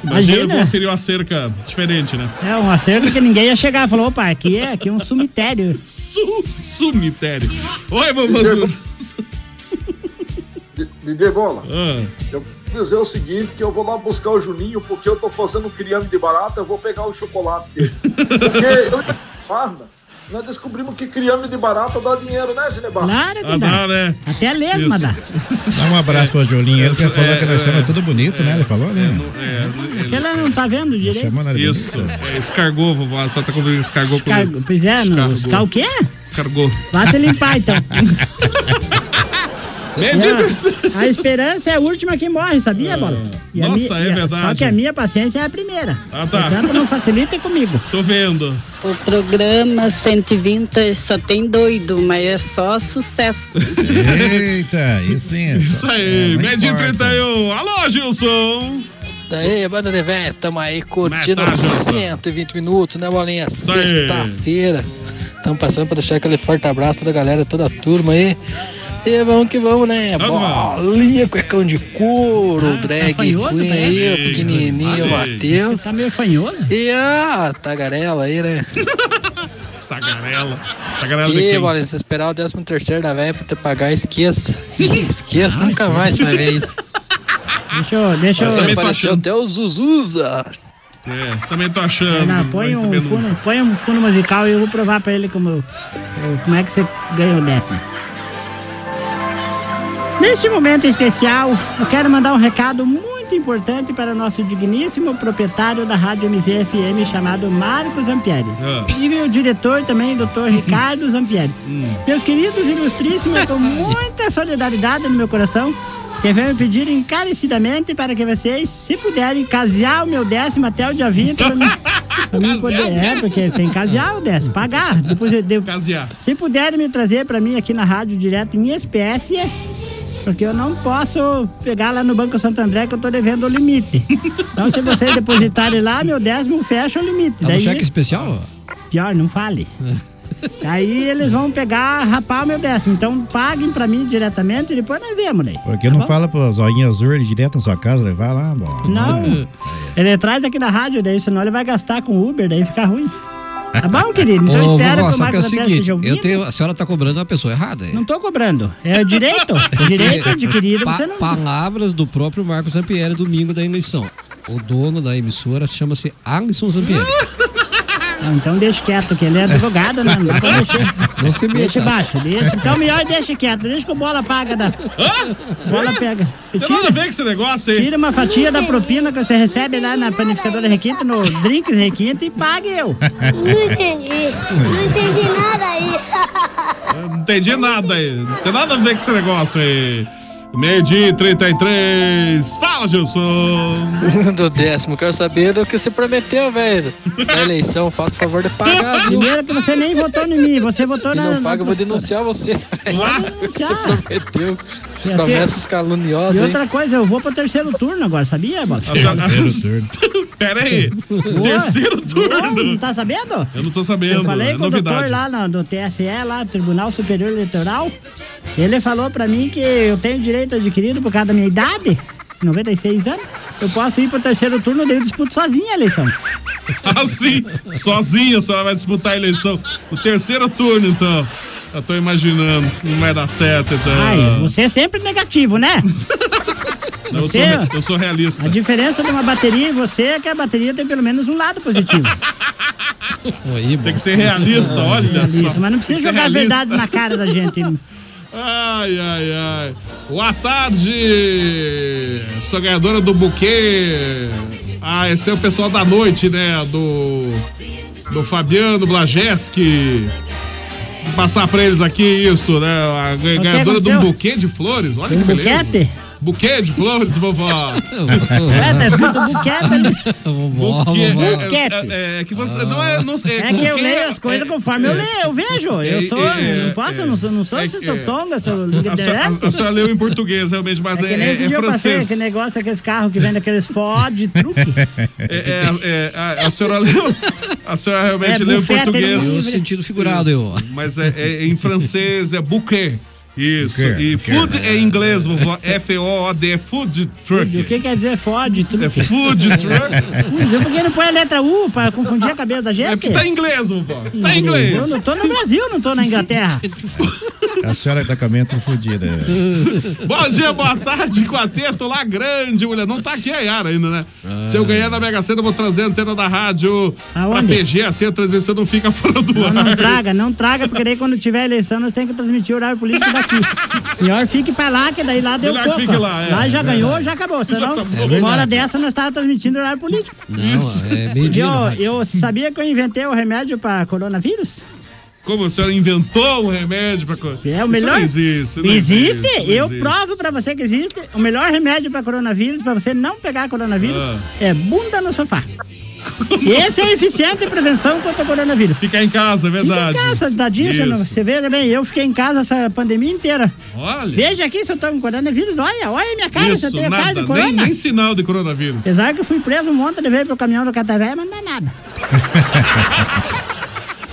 S5: Imagina,
S12: Imagina.
S5: como seria uma cerca diferente, né?
S12: É uma cerca que ninguém ia chegar. Falou, opa, aqui é, aqui é um cemitério.
S5: Su cemitério. Oi, vovô.
S13: DJ Bola,
S5: Ah.
S13: eu vou dizer o seguinte, que eu vou lá buscar o Juninho, porque eu tô fazendo um criame de barata, eu vou pegar o chocolate dele. Porque eu e a Barna, nós descobrimos que criame de barata dá dinheiro, né, Ginebar?
S12: Claro
S5: Ah,
S12: que dá.
S5: né?
S12: Até a lesma
S11: Isso.
S12: dá.
S11: Dá um abraço pro Julinho. Ele que
S5: Essa-
S11: falou que
S5: é,
S11: nós somos tudo bonito, né? Ele falou, né?
S12: Porque ela não tá vendo direito.
S5: Isso. É, escargou, vovó. A senhora tá convidando escargou com
S12: Cargo, pois é, não. os cal- o quê?
S5: Escargou.
S12: Vá se limpar então.
S5: Bendito.
S12: Não, a esperança é a última que morre, sabia, Bola? a minha-
S5: Nossa, é
S12: e a-
S5: verdade.
S12: Só que a minha paciência é a primeira.
S5: Ah, tá.
S12: Portanto, não facilita comigo.
S5: Tô vendo.
S8: O programa 120 é só tem doido, mas é só sucesso.
S11: Eita, isso sim. é,
S5: Isso aí.
S11: não
S5: Média
S11: importa.
S5: 31. Alô, Gilson.
S22: Daí, Tá banda de véia, tamo aí curtindo
S5: Mas tá, Gilson.
S22: 120 minutos, né, Bolinha?
S1: Tá
S5: aí.
S22: Sexta-feira. Estamos passando para deixar aquele forte abraço da galera, toda a turma aí. E vamos que vamos, né? Bolinha, cuecão de couro, drag
S12: Ah, tá fanhoso,
S22: queen
S12: parece.
S22: aí, o
S12: Amigo,
S22: pequenininho, o Matheus.
S12: Tá meio fanhoso?
S22: E a tagarela aí, né?
S5: Tagarela. Tagarela de
S22: E,
S5: quem?
S22: Bolinha, se esperar o 13 terceiro da velha pra te pagar, esqueça. esqueça, nunca mais vai ver isso.
S12: Deixa eu... Deixa eu...
S22: Apareceu até o Zuzuza.
S5: É, também tô achando.
S12: Não, põe um,
S5: Vai recebendo-
S12: fundo, põe um fundo musical e eu vou provar pra ele como, eu- como é que você ganhou o décimo. Neste momento especial, eu quero mandar um recado muito importante para o nosso digníssimo proprietário da Rádio MZFM chamado Marcos Zampieri.
S4: Ah.
S12: E meu diretor também, Dr. Ricardo Zampieri.
S5: hum.
S12: Meus queridos ilustríssimos, eu tô muita solidariedade no meu coração. Que venho pedir encarecidamente para que vocês, se puderem, casear o meu décimo até o dia 20. Pra mim, pra mim poder, é, porque tem que casear o décimo, pagar. Depois eu devo.
S5: Casear.
S12: Se puderem me trazer para mim aqui na rádio direto em espécie, porque eu não posso pegar lá no Banco Santo André que eu tô devendo o limite. Então, se vocês depositarem lá, meu décimo fecha o limite.
S1: Tá no cheque especial?
S12: Pior, não fale. Aí eles vão pegar, rapar o meu décimo. Então paguem pra mim diretamente e depois nós vemos, né?
S11: Porque
S5: Tá
S11: não fala pro zoinha azul ele direto na sua casa levar lá, bola.
S12: Não. Ele traz aqui na rádio, daí senão ele vai gastar com Uber, daí fica ruim. Tá bom, querido? Então
S1: Ô,
S12: espera
S1: vovó,
S12: que o
S1: só que é
S12: Marcos
S1: o
S12: Gabriel
S1: seguinte,
S12: seja ouvido.
S1: eu tenho, a senhora tá cobrando a pessoa errada. hein?
S12: Não tô cobrando. É direito. direito adquirido,
S1: Pa-
S12: você não.
S1: Palavras do próprio Marcos Zampieri, domingo da eleição. O dono da emissora chama-se Alisson Zampieri.
S12: Ah, então deixa quieto, que ele é advogado, né? Não dá pra mexer.
S1: Não se meta.
S12: Deixa baixo, deixa. Então melhor deixa quieto, deixa que o bola paga da. Bola pega.
S5: Tem nada a ver com esse negócio aí.
S12: Tira uma fatia da propina que você recebe lá na panificadora Requinte, no Drink Requinte e pague eu.
S5: Não
S4: entendi. Não entendi nada aí.
S5: Não entendi nada aí. Não tem nada a ver com esse negócio aí. Meio dia e 33. Fala, Gilson.
S22: Do décimo, quero saber do que você prometeu, velho. Na eleição, faça o favor de pagar, viu?
S12: Primeiro que você nem votou em mim, você votou
S22: Se
S12: na.
S22: não paga, eu vou
S12: professora.
S22: denunciar você.
S12: Denunciar.
S22: Prometeu.
S12: Eu
S22: Promessas
S12: E
S22: caluniosas, hein?
S12: outra coisa, eu vou pro terceiro turno agora, sabia, Bola?
S5: turno. Pera aí.
S12: Boa.
S5: Terceiro turno.
S12: Boa, Não tá sabendo?
S5: Eu não tô sabendo.
S12: Eu falei
S5: é
S12: com o doutor
S5: novidade.
S12: lá na- do TSE, lá do Tribunal Superior Eleitoral. Ele falou pra mim que eu tenho direito adquirido por causa da minha idade, 96 anos. Eu posso ir pro terceiro turno, daí eu disputo sozinha a eleição.
S5: Assim, sozinha a senhora vai disputar a eleição. O terceiro turno, então. Eu tô imaginando. Não vai dar certo, então.
S12: Ai, você é sempre negativo, né?
S5: eu, sou,
S12: você- é?
S5: re- eu sou realista.
S12: A diferença de uma bateria em você é que a bateria tem pelo menos um lado positivo.
S5: Tem que ser realista, olha
S12: É, Realista,
S5: só.
S12: Mas não
S5: Tem
S12: precisa
S5: que ser
S12: jogar a
S5: realista.
S12: verdade na cara da gente.
S5: Ai, ai, ai. Boa tarde! Sou ganhadora do buquê. Ah, esse é o pessoal da noite, né? Do. Do Fabiano Blajeski. Vou passar pra eles aqui isso, né? A
S12: que
S5: ga- ganhadora de um
S12: aconteceu?
S5: buquê de flores. Olha
S12: Um
S5: que beleza.
S12: buquete?
S5: Buquê de flores, vovó.
S12: É, tá escrito buquete ali.
S5: Buquê.
S12: Buquete.
S5: É, é, é que
S12: Ah.
S5: você. Não é. Não, é,
S12: É que eu
S5: buquê
S12: leio as coisas conforme eu leio, eu vejo. Eu
S5: é,
S12: sou,
S5: é,
S12: eu não posso, eu não sou, não sou, se sou tonga, sou
S5: A senhora, a- a senhora leu em português, realmente, mas é,
S12: Que nem
S5: é-
S12: esse
S5: é
S12: dia eu passei
S5: francês.
S12: aquele negócio, aqueles carros que vende aqueles Ford, truque.
S5: É, é- é- a, a senhora leu. A senhora realmente
S12: É,
S5: leu em
S12: buffet,
S5: português.
S12: tem um livro.
S1: Sentido figurado, eu.
S5: Mas é, é em francês, é bouquet. Isso.
S1: Bouquet,
S5: E
S1: bouquet.
S5: food é em inglês, vovó. F-O-O-D, food
S12: O
S5: truck.
S12: que quer dizer Ford, truque?
S5: É food truck.
S12: Por que não põe a letra U pra confundir a cabeça da gente? É
S5: porque tá em inglês, vovó.
S11: tá em inglês.
S12: Eu não tô no Brasil, não tô na Inglaterra.
S11: A senhora tá com a mente fodida.
S5: Bom dia, boa tarde, quarteto lá grande, mulher. Não tá aqui a Yara ainda, né? Se eu ganhar na Mega Sena, eu vou trazer a antena da rádio pra PG, assim a transmissão não fica fora do
S12: Não,
S5: ar.
S12: não traga, não traga, porque daí quando tiver eleição nós temos que transmitir o horário político daqui. Melhor fique pra lá, que daí lá deu
S4: Melhor que
S12: pouco.
S4: fique lá, é.
S12: já
S4: É
S12: ganhou,
S4: verdade.
S12: já acabou.
S4: Já
S12: Senão,
S4: acabou. É
S12: uma hora
S4: verdade.
S12: dessa nós estávamos transmitindo o horário político.
S1: Não, é meio dia. na rádio.
S12: Eu, eu sabia que eu inventei o remédio pra coronavírus?
S5: Como a senhora inventou um remédio pra. co-
S12: É o
S5: Isso
S12: melhor.
S5: não existe. não
S12: existe?
S5: não
S12: eu
S5: existe.
S12: provo pra você que existe. O melhor remédio pra coronavírus, pra você não pegar coronavírus,
S5: Ah.
S12: é bunda no sofá. Esse é eficiente em prevenção contra o coronavírus.
S5: Ficar em casa, é verdade.
S12: Fica em casa, tadinho, você, não-
S5: Isso.
S12: você veja bem, eu fiquei em casa essa pandemia inteira.
S5: Olha.
S12: Veja aqui se eu tô com coronavírus, olha, olha a minha cara, se eu
S5: Isso,
S12: tenho cara
S5: nada.
S12: de
S5: Nem,
S12: corona.
S5: nem sinal de coronavírus.
S12: é Apesar que eu fui preso um monte de vezes pro caminhão do Catavé, mas não dá nada.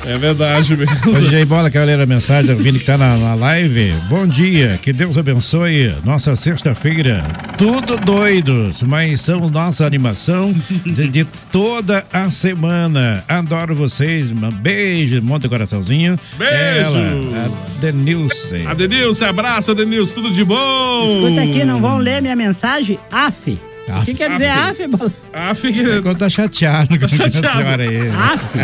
S5: É verdade mesmo.
S11: Hoje aí, bola, quero ler a mensagem do Vini que tá na, na live. Bom dia, que Deus abençoe nossa sexta-feira. Tudo doidos, mas são nossa animação de, de toda a semana. Adoro vocês, um beijo, monta o coraçãozinho. É
S5: Beijo!
S11: Ela, a Denilce.
S5: Adenilson, abraço, Adenilson, tudo de bom?
S12: Escuta aqui, não vão ler minha mensagem? AF. O que quer dizer AF, bola?
S5: AF que...
S11: Quando tá chateado,
S5: Tá
S12: é
S5: chateado. Ah,
S11: Senhora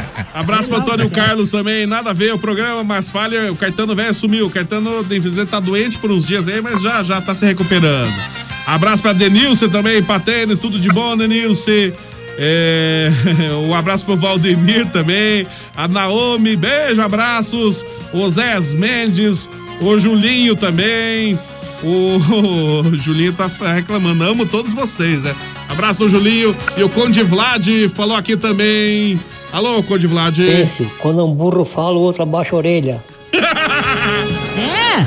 S11: aí.
S5: Abraço pro Antônio Carlos também. Nada a ver o programa, mas falha. O Caetano velho sumiu. O Caetano, tem que dizer, tá doente por uns dias aí, mas já já tá se recuperando. Abraço pra Denilce também, Patene, tudo de bom, Denilce. É, um abraço pro Valdemir também, a Naomi, beijo, abraços. O Zé Mendes, o Julinho também. O, o Julinho tá reclamando, amo todos vocês, né? Abraço, Julinho. E o Conde Vlad falou aqui também. Alô, Conde Vlad.
S3: Esse, quando um burro fala, o outro abaixa a orelha.
S12: É!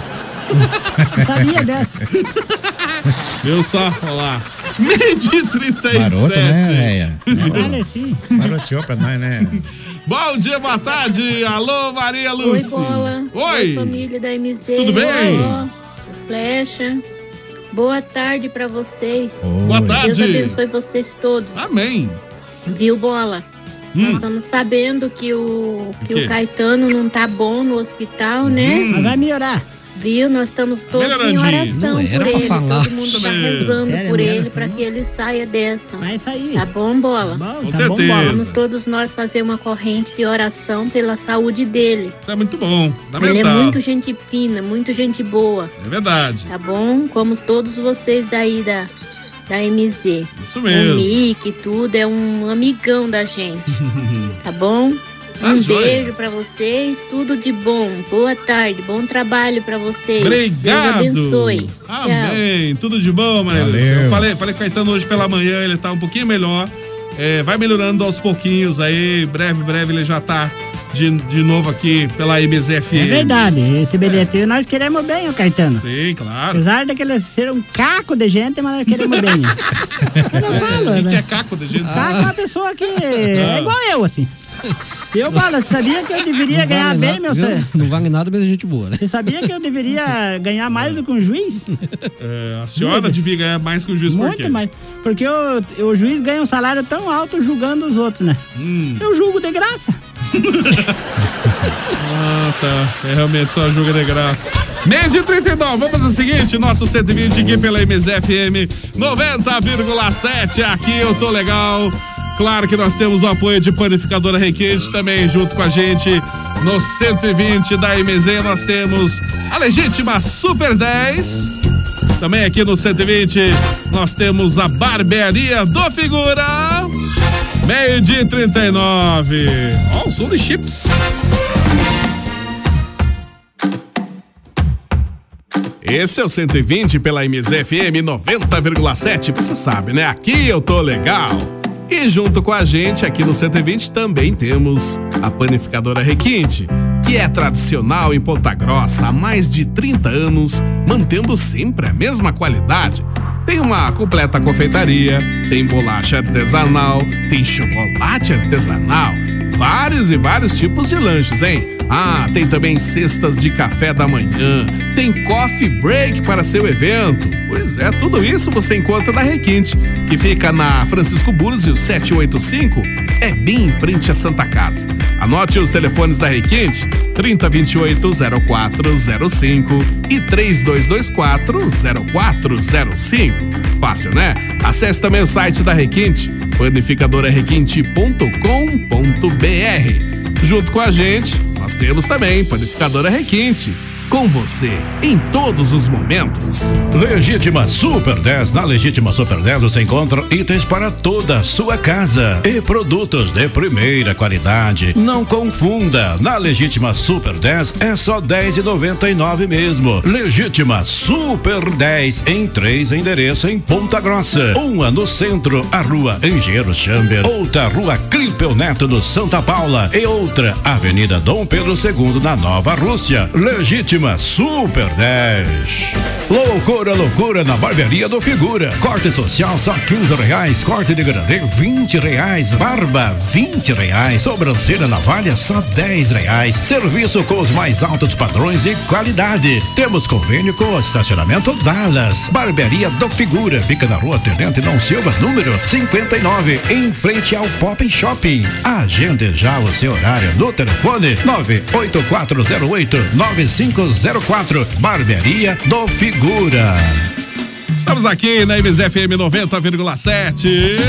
S12: Sabia dessa.
S5: Viu só? Olha lá. Meio de 37.
S11: Maroto, né,
S12: Olha assim.
S11: Maroteou pra nós, né?
S5: Bom dia, boa tarde. Alô, Maria
S23: Oi,
S5: Lúcia.
S23: Bola.
S5: Oi.
S23: família da MZ.
S5: Tudo bem?
S23: Alô, Flecha. Boa tarde pra vocês.
S5: Boa
S23: Deus
S5: tarde.
S23: abençoe vocês todos.
S5: Amém.
S23: Viu, Bola?
S5: Hum.
S23: Nós estamos sabendo que o, que
S5: quê? Hum.
S23: o Caetano não tá bom no hospital, né?
S12: Mas vai melhorar.
S23: Viu? Nós estamos todos em
S12: Melhorandinho.
S23: oração
S12: Não era
S23: por
S12: pra
S23: ele.
S12: falar.
S23: Todo mundo tá
S12: Sim.
S23: rezando
S12: Sério,
S23: por
S12: não era
S23: ele
S12: pra
S23: pra que ele saia dessa.
S12: Vai sair.
S23: Tá bom, Bola?
S5: Com tá bom, certeza. Bola.
S23: Vamos todos nós fazer uma corrente de oração pela saúde dele.
S5: Isso é muito bom.
S23: Ele é
S5: Fundamental.
S23: muito gente fina, muito gente boa.
S5: É verdade.
S23: Tá bom? Como todos vocês daí da, da MZ.
S5: Isso mesmo.
S23: O Mick e tudo é um amigão da gente. Tá bom?
S5: Tá
S23: um
S5: joia.
S23: beijo pra vocês, tudo de bom. Boa tarde, bom trabalho pra vocês.
S5: Obrigado.
S23: Deus abençoe. Tchau.
S5: Amém. Tudo de bom, Maria
S11: Valeu.
S5: Lúcia? Eu falei, falei com o Caetano hoje pela manhã, ele tá um pouquinho melhor. É, vai melhorando aos pouquinhos aí. Breve, breve ele já tá de, de novo aqui pela IBZFM.
S12: É verdade, esse bilhetinho nós queremos bem, o Caetano.
S5: Sim, claro.
S12: Apesar daquele ser um caco de gente, mas nós queremos bem.
S5: O que que é caco de gente?
S12: né? Caco é uma pessoa que é
S5: Ah.
S12: igual eu, assim. Eu, Bala, sabia que eu deveria
S1: Não
S12: ganhar
S1: vale
S12: bem,
S1: nada,
S12: meu
S1: viu?
S12: senhor?
S1: Não vale nada, mas é gente boa, né?
S12: Você sabia que eu deveria ganhar mais do que um juiz?
S5: É, a senhora devia ganhar mais que o juiz por quê?
S12: Muito mais. Porque o, o juiz ganha um salário tão alto julgando os outros, né?
S5: Hum.
S12: Eu julgo de graça.
S5: Ah, tá. É realmente só julga de graça. Mês de 39, vamos fazer o seguinte: nosso 120 aqui pela MZFM 90,7. Aqui eu tô legal. Claro que nós temos o apoio de Panificadora Requinte também junto com a gente. No 120 da MZ nós temos a legítima Super 10. Também aqui no 120 nós temos a Barbearia do Figura. Meio dia e 39. Ó, o som de chips. Esse é o 120 pela MZFM 90,7. Você sabe, né? Aqui eu tô legal. E junto com a gente, aqui no 120, também temos a panificadora Requinte, que é tradicional em Ponta Grossa há mais de 30 anos, mantendo sempre a mesma qualidade. Tem uma completa confeitaria, tem bolacha artesanal, tem chocolate artesanal. Vários e vários tipos de lanches, hein? Ah, tem também cestas de café da manhã, tem coffee break para seu evento. Pois é, tudo isso você encontra na Requinte, que fica na Francisco Búzios 785, é bem em frente à Santa Casa. Anote os telefones da Requinte: 3028-0405 e 3224-0405. Fácil, né? Acesse também o site da Requinte, panificadorarequinte.com.br. Junto com a gente, nós temos também Panificadora Requinte. Com você em todos os momentos.
S24: Legítima Super 10. Na Legítima Super 10 você encontra itens para toda a sua casa e produtos de primeira qualidade. Não confunda. Na Legítima Super 10 é só 10,99 mesmo. Legítima Super 10 em três endereços em Ponta Grossa. Uma no centro, a Rua Engenheiro Chamber, outra Rua Clipeu Neto no Santa Paula e outra Avenida Dom Pedro II na Nova Rússia. Legítima
S11: Legítima Super 10. Loucura, loucura na barbearia do Figura. Corte social só 15 reais. Corte de grande 20 reais. Barba 20 reais. Sobrancelha navalha só 10 reais. Serviço com os mais altos padrões e qualidade. Temos convênio com o estacionamento Dallas. Barbearia do Figura. Fica na rua Tenente Não Silva, número 59, em frente ao Pop Shopping. Agende já o seu horário no telefone 98408-9504. Barbearia do Figura.
S5: Estamos aqui na MZFM 90,7.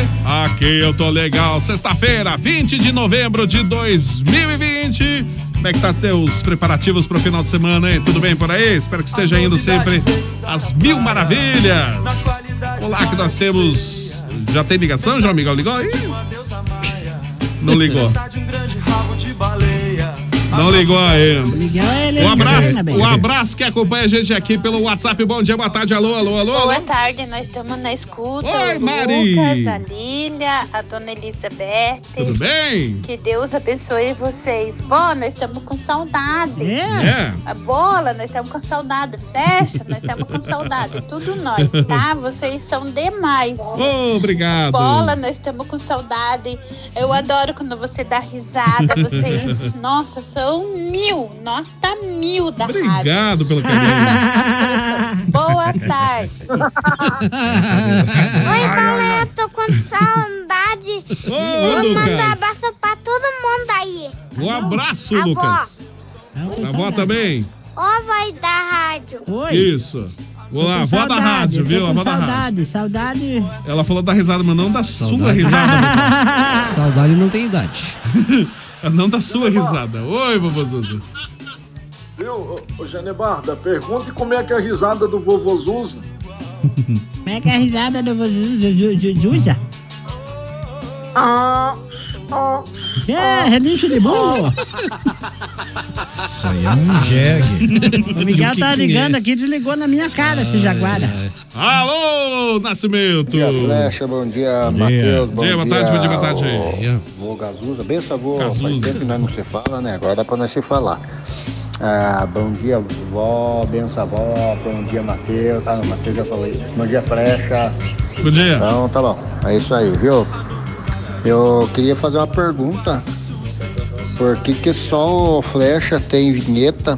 S5: Aqui eu tô legal. Sexta-feira, 20 de novembro de 2020. Como é que tá teus preparativos pro final de semana, hein? Tudo bem por aí? Espero que esteja indo sempre às mil maravilhas. Olá, que nós temos. Já tem ligação? João Miguel ligou aí? Não ligou.
S10: um
S5: Não ligou ainda.
S12: Miguel é
S5: Um abraço,
S12: bem.
S5: um abraço que acompanha a gente aqui pelo WhatsApp. Bom dia, boa tarde, alô, alô, alô.
S2: Boa
S5: alô.
S2: tarde, nós estamos na escuta.
S5: Oi,
S2: o
S5: Mari.
S2: Lucas, a Lília, a dona Elizabeth.
S5: Tudo bem?
S2: Que Deus abençoe vocês. Vó, nós estamos com saudade.
S5: É.
S2: A bola, nós estamos com saudade. Festa, nós estamos com saudade. Tudo nós, tá? Vocês são demais.
S5: Ô, obrigado.
S2: Bola, nós estamos com saudade. Eu adoro quando você dá risada. Vocês, nossa, são mil. Nota mil da rádio.
S5: Obrigado pelo carinho.
S2: Boa tarde.
S25: Oi, galera, eu tô com saudade. Vou mandar um
S5: Lucas.
S25: abraço pra todo mundo aí.
S5: Um abraço,
S25: Avó.
S5: Lucas. A avó também?
S25: Ó, vai da rádio.
S5: Isso. Olá, a avó da rádio, viu? A avó da rádio.
S12: Saudade, saudade.
S5: Ela falou da risada, mas não da sua
S12: Saudade.
S5: risada. Saudade não tem idade. não da sua risada. Oi, vovô Zuzu.
S13: Viu, ô, ô Genebarda, pergunte como é que é a risada do vovô Zuza.
S12: Como é que é a risada do Zu- Zu- Zu- Zuza? Isso é relincho de burro?
S26: Isso aí é um jegue.
S12: O Miguel tá ligando
S26: é?
S12: aqui, desligou na minha cara
S26: Ah,
S12: esse jaguara.
S5: Alô, Nascimento.
S7: Bom dia, Flecha. Bom dia, Matheus. Bom
S5: Dia, boa tarde, bom dia, boa tarde.
S7: ô- Vô Gazuza. Benção, vô. Faz tempo que nós não se fala, né? Agora dá pra nós se falar. Ah, bom dia, vó. Benção, vó. Bom dia, Matheus. Ah, não, Matheus já falei. Bom dia, Flecha.
S5: Bom dia.
S7: Então, tá bom. É isso aí, viu? Eu queria fazer uma pergunta. Por que que só o Flecha tem vinheta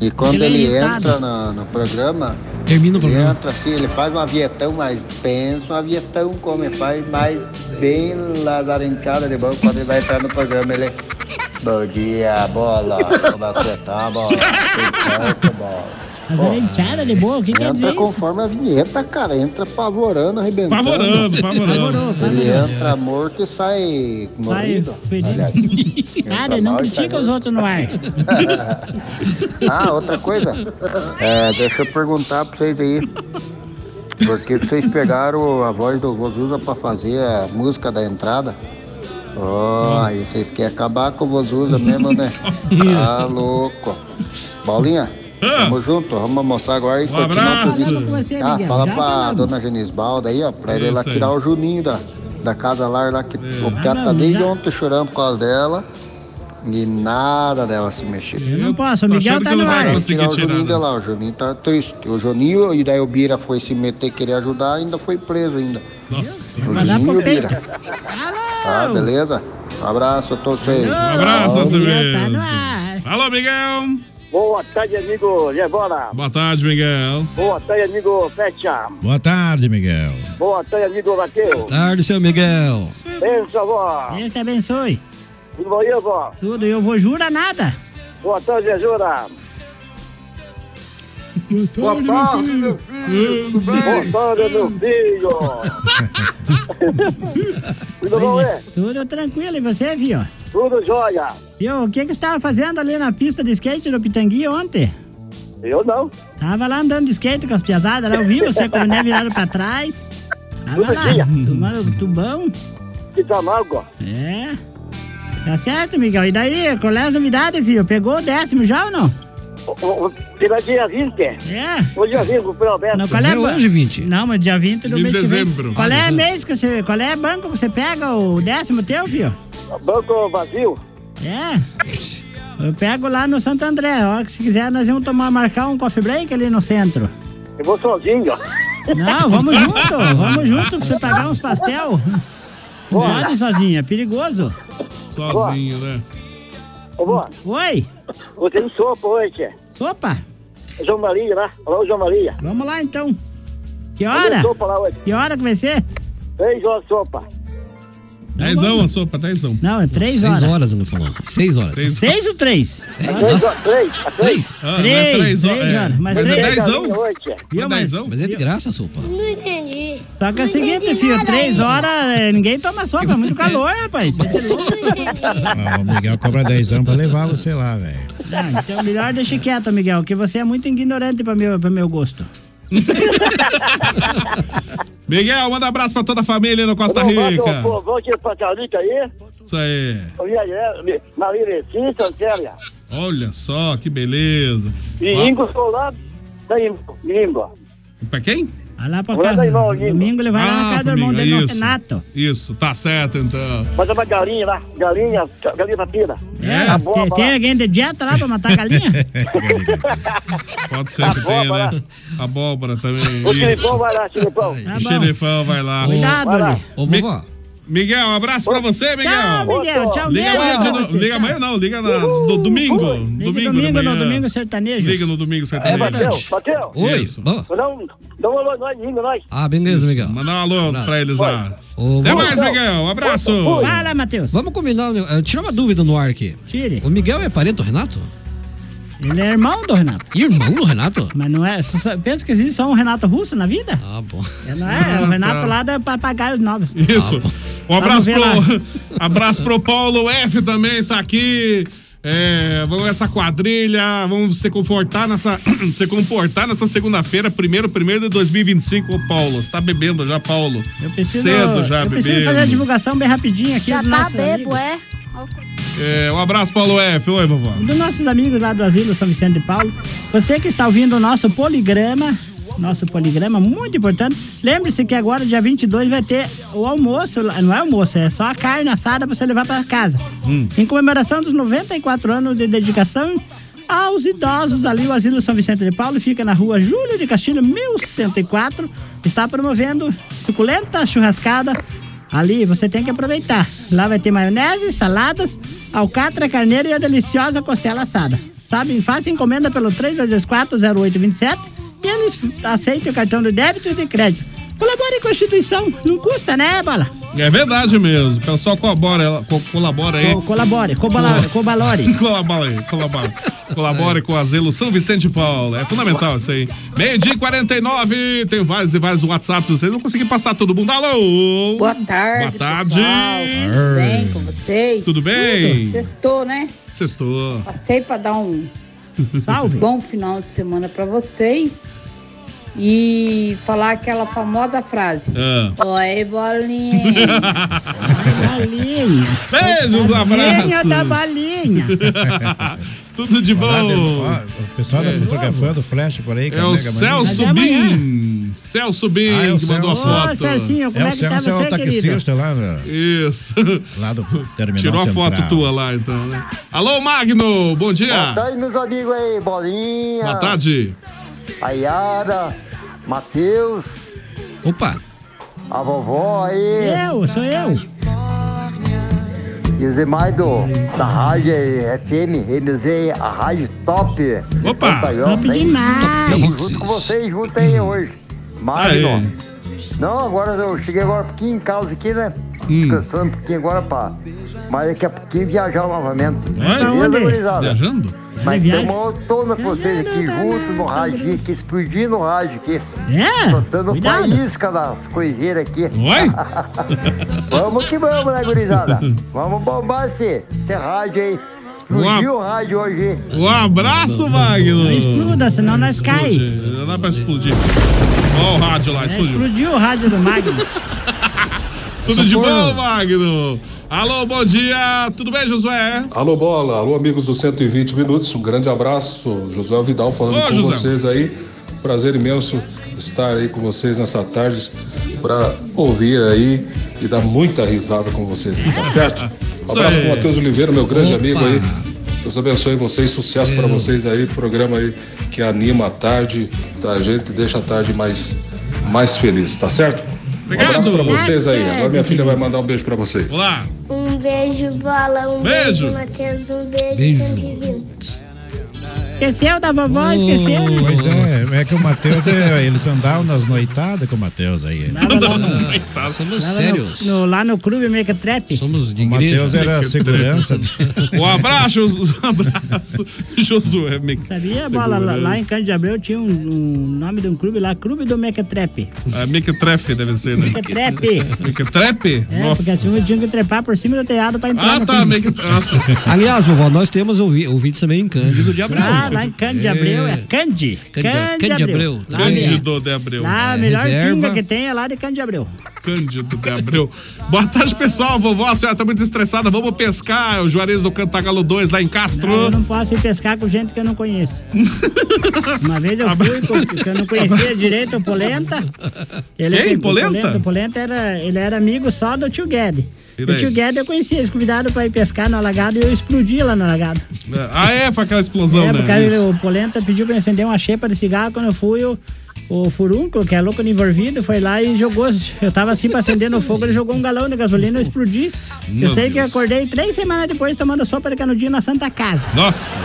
S7: e quando
S27: Ele é
S7: ele,
S27: irritado.
S7: entra na- no programa...
S27: Termina o programa.
S7: Entra assim, ele faz um avietão, mas pensa um avietão como ele faz, mas bem lazarenteada de banco quando ele vai entrar no programa. Ele. é Bom dia, bola. Como é que você tá, bola? Tudo certo, bola?
S12: Lazarenteada de boa, o que quer dizer
S7: Entra
S12: isso?
S7: conforme a vinheta, cara. Entra pavorando, arrebentando.
S12: Pavorando, pavorando. né? Pavorou, pavorou.
S7: Ele entra morto e sai morrido. Aliás, entra
S12: Cara, não
S7: mal e sai
S12: critica os outros no ar.
S7: ah, outra coisa. É, deixa eu perguntar pra vocês aí. Por que que vocês pegaram a voz do Vozusa pra fazer a música da entrada? Oh, aí vocês querem acabar com o Vozusa mesmo, né? Tá louco. Paulinha, tamo junto. Vamos almoçar agora e continuar
S12: Ah. Um abraço.
S7: feliz.
S12: Falava com você,
S7: Ah,
S12: Miguel,
S7: fala
S12: já
S7: pra
S12: falamos.
S7: dona Genisbalda aí, ó, pra
S12: Isso
S7: ela
S12: aí.
S7: tirar o Juninho da, da casa lar lá, que o Piato tá
S12: Falamos,
S7: desde
S12: já.
S7: ontem chorando por causa dela. E nada dela se mexer.
S12: Eu não posso, o Miguel tá no ar.
S7: Tirar o Juninho de lá, o Juninho tá triste. O Juninho e daí o Bira foi se meter querer ajudar, ainda foi preso ainda. Nossa. O
S12: Vai dar
S7: Juninho e
S12: pro
S7: o
S12: peito.
S7: Bira. Tá, beleza? Um abraço a todos vocês. Um
S5: abraço, Nascimento. Tá no
S7: Alô, Miguel.
S28: Boa tarde, amigo Levona.
S5: Boa tarde, Miguel.
S28: Boa tarde, amigo Fecha.
S26: Boa tarde, Miguel.
S28: Boa tarde, amigo Matheus.
S27: Tarde, seu Miguel.
S28: Benção, vó.
S12: Deus te abençoe.
S28: Tudo bom, aí, vó?
S12: Tudo, eu vou jura nada.
S28: Boa tarde, é Jura.
S12: Boa tarde, meu filho. Tudo
S28: Boa tarde, meu filho. Tudo bom, é?
S12: Tudo tranquilo, e você, viu?
S28: Tudo jóia.
S12: Viu, o que que você tava fazendo ali na pista de skate do Pitangui ontem?
S28: Eu não.
S12: Tava lá andando de skate com as piazadas, lá eu vi você com o né virado pra trás. Tava
S5: Ah,
S28: Tudo
S12: lá,
S28: dia.
S12: tomando o tubão.
S28: Que tá mago.
S12: É. Tá certo, Miguel. E daí, qual é as novidades, filho? Pegou o décimo já ou não?
S28: Será dia 20?
S12: É.
S28: Hoje eu vim com o Pedro Alberto.
S12: Não, qual é, ba- Não, mas dia 20 do
S28: Em
S12: mês que
S28: dezembro.
S12: vem. Qual
S28: Ah,
S12: é
S28: dezembro.
S12: mês que você... Qual é banco que você pega o décimo teu, filho?
S28: Banco vazio.
S12: É. Eu pego lá no Santo André. A hora que se quiser, nós vamos tomar, marcar um coffee break ali no centro.
S27: Eu vou sozinho, ó.
S12: Não, vamos junto, vamos junto pra você pagar uns pastel. Não Pode ir sozinha, é perigoso.
S5: Sozinho, né?
S27: Ô, vó.
S12: Oi.
S27: Eu tenho sopa hoje, tia.
S12: Sopa?
S27: João Maria lá. Alô, João Maria.
S12: Vamos lá então. Que
S27: Eu
S12: hora?
S27: tenho sopa lá hoje.
S12: Que hora que vai ser?
S27: Três horas de sopa.
S5: Dezão a sopa, dezão.
S12: Não, é três
S1: Seis
S12: horas.
S1: horas, ele falou. Seis horas.
S12: Seis ou três?
S27: Três, ó, três. a Três.
S1: Ah,
S12: Três,
S1: é três, ó,
S12: três
S1: é.
S12: horas. Mas,
S1: Mas é
S12: três.
S1: dezão?
S27: Oi, tia.
S1: Mas dezão? Mas é de graça a sopa.
S12: Não entendi. Só que é o seguinte, filho, três horas eh, ninguém toma sopa, é muito calor, rapaz. Deve ser louco.
S11: Ah, o Miguel cobra dezão pra levar você lá, velho.
S12: Não, então melhor deixa quieto, Miguel, que você é muito ignorante pra meu, pra meu gosto.
S5: Miguel, manda abraço pra toda a família no Costa
S27: Manda um
S5: Rica.
S27: povão de Pantalica aí. é,
S5: Isso aí.
S27: Maria Helena, Maria Lecim, Santélia.
S5: Olha só, que beleza.
S27: E
S5: Ó,
S27: Ingo Solado. Da Ingo. Ingo.
S5: Pra quem?
S12: Vai lá pra
S27: Manda
S12: casa.
S27: aí, irmão, Guinho.
S12: Domingo ele vai lá na
S5: Ah,
S12: casa do
S5: pro
S12: irmão
S5: Miguel,
S12: dele, no
S5: isso.
S12: Renato.
S5: Isso, tá certo então.
S27: Manda uma galinha lá. Galinha, galinha pra pira.
S5: É?
S12: Tem,
S27: A bomba
S12: tem
S27: Tá lá.
S12: alguém de dieta lá pra matar a galinha?
S5: Pode
S27: Tá
S5: ser que tenha, né? Abóbora também.
S27: O
S5: Isso.
S27: Filipão vai lá, Filipão.
S12: Tá
S5: O xerifão vai lá.
S27: Cuidado, Vai lá. Lê.
S1: Ô,
S5: Mi-
S1: vovó.
S5: Miguel, um abraço pra você, Miguel.
S12: Miguel, tchau,
S5: Liga
S12: Miguel.
S5: amanhã de
S12: Tchau,
S5: novo.
S12: você,
S5: Liga amanhã não, liga na, do domingo. Domingo, de
S12: Domingo
S5: manhã.
S12: no domingo sertanejo.
S5: Liga no domingo, você
S27: É, Bateu, bateu.
S1: Oi, bom.
S27: Dá um, dá um alô, nós, Ingo, nós.
S1: Ah, beleza, Miguel.
S5: Mandar um alô pra eles lá.
S1: Ô,
S5: Até
S1: vovó.
S5: mais, Miguel. Um abraço.
S12: Fala, Matheus.
S1: Vamos combinar, né? eu tirar uma dúvida no ar aqui.
S12: Tire.
S1: O Miguel é parente do Renato?
S12: Ele é irmão do Renato.
S1: Irmão do Renato?
S12: Mas não é. só- só- Pensa que existe só um Renato Russo na vida?
S1: Ah, bom.
S12: É, Não é?
S5: Ah,
S12: O Renato
S5: tá.
S12: lá da Papagaios Novos.
S5: Isso. Um
S12: Vamos
S5: abraço
S12: ver
S5: pro, abraço pro Paulo F também, tá aqui. É, vamos essa quadrilha, vamos se comportar nessa, se comportar nessa segunda-feira, primeiro, primeiro de 2025, ô Paulo. Você tá bebendo já, Paulo?
S12: Eu preciso,
S5: Cedo já,
S12: eu preciso
S5: bebendo.
S12: fazer a divulgação bem rapidinho aqui.
S6: Já
S12: do
S6: tá
S12: nosso
S6: bebo,
S12: amigo.
S6: é?
S5: É, um abraço, Paulo F. Oi, vovó.
S12: Um dos nossos amigos lá do Asilo São Vicente de Paulo. Você que está ouvindo o nosso poligrama, nosso poligrama muito importante. Lembre-se que agora, dia 22, vai ter o almoço, lá- não é almoço, é só a carne assada para você levar para casa.
S5: Hum.
S12: Em comemoração dos 94 anos de dedicação aos Ah, idosos ali, o Asilo São Vicente de Paulo fica na rua Júlio de Castilho, 1104. Está promovendo suculenta churrascada Ali você tem que aproveitar. Lá vai ter maionese, saladas, alcatra, carneiro e a deliciosa costela assada. Sabe? Faça encomenda pelo 3224-0827 e eles aceitam o cartão de débito e de crédito. Colabore com a instituição. Não custa, né, Bola?
S5: É verdade mesmo. O pessoal colabora, ela- co- colabora aí.
S12: Co- colabore, cobalore, cobalore.
S5: colabore, colabore. Colabore com a Zelo São Vicente de Paulo. É fundamental isso aí. Meio-dia e 49. Tem vários e vários WhatsApps. Vocês não conseguir passar todo mundo. Alô!
S8: Boa tarde.
S5: Boa tarde.
S8: pessoal. Tudo bem com vocês?
S5: Tudo bem?
S8: Tudo. Sextou, né?
S5: Sextou.
S8: Passei para dar um
S12: Salve.
S8: bom final de semana para vocês e falar aquela famosa frase.
S5: Ah.
S8: Oi, bolinha.
S12: Bolinha.
S5: Beijos,
S12: Bolinha da
S5: abraços.
S12: balinha.
S5: Tudo de
S11: Olá,
S5: bom.
S11: Deus. Ó, O pessoal da
S5: É.
S11: fotografia do Flash por aí.
S5: É o Celso Bin. Celso Bin
S11: Ah, é o
S5: que mandou a
S11: Celso.
S5: foto.
S11: Ô, Celcinho, como É o é que tá Celso, é o você, querido? taxista lá, né?
S5: Isso.
S11: Lá do terminal
S5: Tirou a
S11: central.
S5: foto tua lá, então, né? Alô, Magno. Bom
S7: Boa
S5: dia.
S7: tarde, meus amigos aí, Bolinha.
S5: Boa tarde.
S7: Ayara, Matheus.
S1: Opa.
S7: A vovó aí.
S12: Eu, sou eu.
S7: E os demais do, da rádio aí, FM, MZ, a rádio top.
S5: Opa.
S7: Top
S12: demais.
S7: Tamo junto com vocês, junto aí hoje. um. Magno. Não, agora eu cheguei agora um pouquinho em casa aqui, né? Descansando um pouquinho agora pra. Mas daqui a pouquinho viajar novamente.
S5: Pra
S7: Beleza,
S5: onde?
S7: gurizada?
S5: Viajando?
S7: Mas
S5: Viagem.
S7: estamos autona com vocês aqui juntos no rádio aqui, explodindo no rádio aqui.
S12: É?
S7: Soltando
S12: Cuidado.
S7: faísca das coiseiras aqui.
S5: Oi?
S7: vamos que vamos, né, gurizada? Vamos bombar esse, esse rádio aí. Explodiu o rádio hoje. hein?
S5: Um abraço, Magno.
S12: Muda, senão nós cai.
S5: Não dá pra explodir. Ó o rádio lá, explodiu.
S12: É, Explodiu o rádio do Magno.
S5: Tudo de
S12: Socorro.
S5: bom, Magno? Alô, bom dia. Tudo bem, Josué?
S9: Alô Bola, alô amigos do 120 Minutos, um grande abraço, Josué Vidal falando
S5: Ô,
S9: com
S5: José.
S9: vocês aí. Prazer imenso estar aí com vocês nessa tarde para ouvir aí e dar muita risada com vocês, tá certo? Um
S5: Isso
S9: abraço
S5: aí.
S9: pro Matheus Oliveira, meu grande
S5: Opa.
S9: amigo aí. Deus abençoe vocês, sucesso para vocês aí, programa aí que anima a tarde da gente, deixa a tarde mais, mais feliz, tá certo? Um abraço para vocês aí. Agora minha filha vai mandar um beijo para vocês.
S5: Olá.
S6: Um beijo, bola. Um
S9: Beijo.
S6: beijo, Matheus. Um beijo,
S9: Beijo.
S6: 120.
S12: Esqueceu da vovó, esqueceu.
S11: Pois é, é que o Matheus, é, eles andavam nas noitadas com o Matheus aí. né?
S5: Tá
S1: Somos
S12: Lá no- no- lá no clube Make Trap.
S1: Somos de
S11: O Matheus era segurança.
S5: Um abraço, um abraço, Josué. me-
S12: Sabia, bola? Lá, lá em Cândido de Abreu tinha um, um nome de um clube lá, Clube do Mequetrap.
S5: É, Mequetrefe deve ser, né?
S12: Mequetrefe.
S5: Mequetrefe?
S12: É, porque
S5: Nossa.
S12: as turmas tinham que trepar por cima do telhado pra entrar.
S5: Ah,
S12: no
S5: tá,
S12: clube.
S1: Aliás, vovó, nós temos ouvi- ouvintes também em Cândido de Abreu.
S12: Ah, lá em Cândido de Abreu, é Cândido.
S1: Cândido,
S12: Cândido
S1: de
S12: de
S1: Abreu. tá?
S12: Abreu.
S1: Lá
S5: Cândido de Abreu.
S12: Lá, a melhor pinga que tem é lá de Cândido de Abreu.
S5: Cândido de Abreu. Boa tarde, pessoal. Vovó, a senhora tá muito estressada. Vamos pescar. O Juarez do Cantagalo 2 lá em Castro.
S12: Eu não posso ir pescar com gente que eu não conheço. Uma vez eu fui, com- que eu não conhecia direito o Polenta.
S5: Quem?
S12: o
S5: Polenta?
S12: O Polenta era, ele era amigo só do tio Guedes.
S5: E
S12: O
S5: daí?
S12: tio Guedes eu conhecia, eles convidaram pra ir pescar no alagado e eu explodi lá no alagado.
S5: Ah, é? Foi aquela explosão,
S12: é,
S5: né?
S12: porque aí o Polenta pediu pra eu acender uma xepa de cigarro quando eu fui o, o furúnculo, que é louco no envolvido, foi lá e jogou. Eu tava assim pra acender no fogo, ele jogou um galão de gasolina, eu explodi.
S5: Meu
S12: eu sei que eu
S5: Deus.
S12: acordei três semanas depois tomando sopa de canudinho na Santa Casa.
S5: Nossa!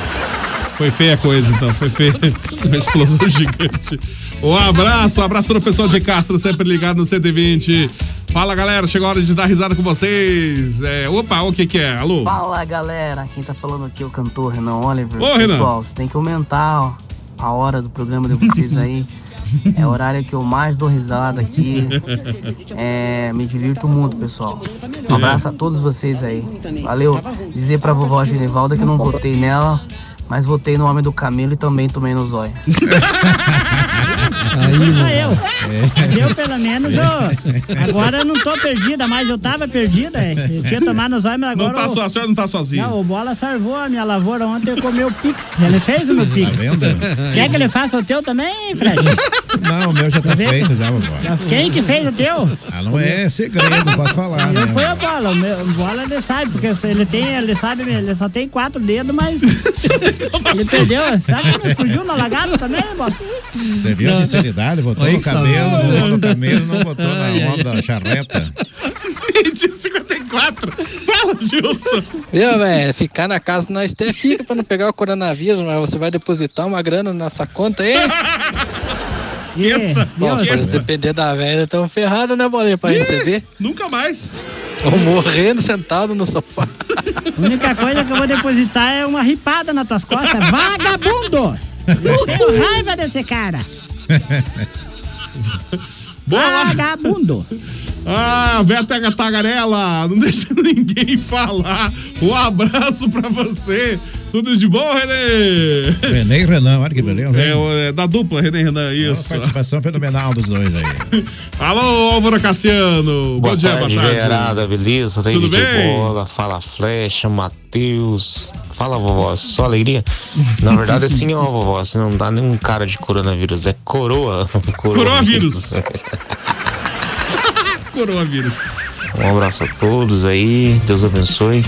S5: Foi feia a coisa, então. Foi feia. Uma explosão gigante. Um abraço, um abraço no pessoal de Castro, sempre ligado no 120. Fala, galera. Chegou a hora de dar risada com vocês. É, opa, o que que é? Alô?
S10: Fala galera, quem tá falando aqui é o cantor Renan Oliver.
S5: Ô, Renan.
S10: Pessoal, você tem que aumentar ó, a hora do programa de vocês aí. É o horário que eu mais dou risada aqui. É, me divirto muito, pessoal. Um abraço a todos vocês aí. Valeu. Dizer pra vovó Genivalda que eu não votei nela, mas votei no Homem do Camelo e também tomei no zóio.
S12: Não sou eu. Mas eu, pelo menos, eu, agora eu não tô perdida, mas eu tava perdida. é. Eu tinha tomado os olhos, mas agora.
S5: Não tá
S12: o-
S5: só, a senhora não tá sozinha.
S12: Não, o Bola salvou a minha lavoura ontem, eu comi o Pix. Ele fez o meu Pix. Quer que ele faça o teu também, Fred?
S11: Não, o meu já tá
S12: vendo?
S11: feito já, vovó.
S12: Quem que fez o teu?
S11: Ah, não é segredo, não posso falar,
S12: Eu fui
S11: né?
S12: a bola, o meu- o bola ele sabe, porque ele tem, ele sabe, ele só tem quatro dedos, mas ele perdeu, sabe que não explodiu na lagada também, bola?
S11: Você viu a sinceridade? Botou
S4: Olha
S11: no
S4: que sabor.
S11: cabelo, no ombro do camelo, não botou na onda da charreta.
S5: Gente, 54. Fala, Gilson.
S22: Viu, velho? Ficar na casa nós até fica pra não pegar o coronavírus, mas você vai depositar uma grana nessa conta aí?
S5: Esqueça,
S22: Bom,
S5: esqueça.
S22: Se depender da velha, tão ferrada, né, bolinha? Pra receber.
S5: Nunca mais.
S22: Tô morrendo sentado no sofá.
S12: A única coisa que eu vou depositar é uma ripada nas tuas costas. Vagabundo! Eu tenho raiva desse cara. Ah, Vagabundo.
S5: Ah, Veta Tagarela, não deixa ninguém falar. Um abraço pra você. Tudo de bom, Renê?
S11: Renan e Renan, olha que beleza. hein?
S5: É, o- é da dupla, Renê e Renan, isso.
S11: Uma participação fenomenal dos dois aí.
S5: Alô, Álvaro Cassiano.
S29: Boa
S5: bom dia,
S29: tarde,
S5: boa tarde.
S29: Gerada, beleza? Daí
S5: Tudo
S29: de
S5: bem?
S29: bola, fala flecha, Matheus. Fala, vovó, só alegria. Na verdade, assim, ó, vovó, você não dá nenhum cara de coronavírus, é coroa.
S5: Coronavírus. Coronavírus.
S29: um abraço a todos aí, Deus abençoe.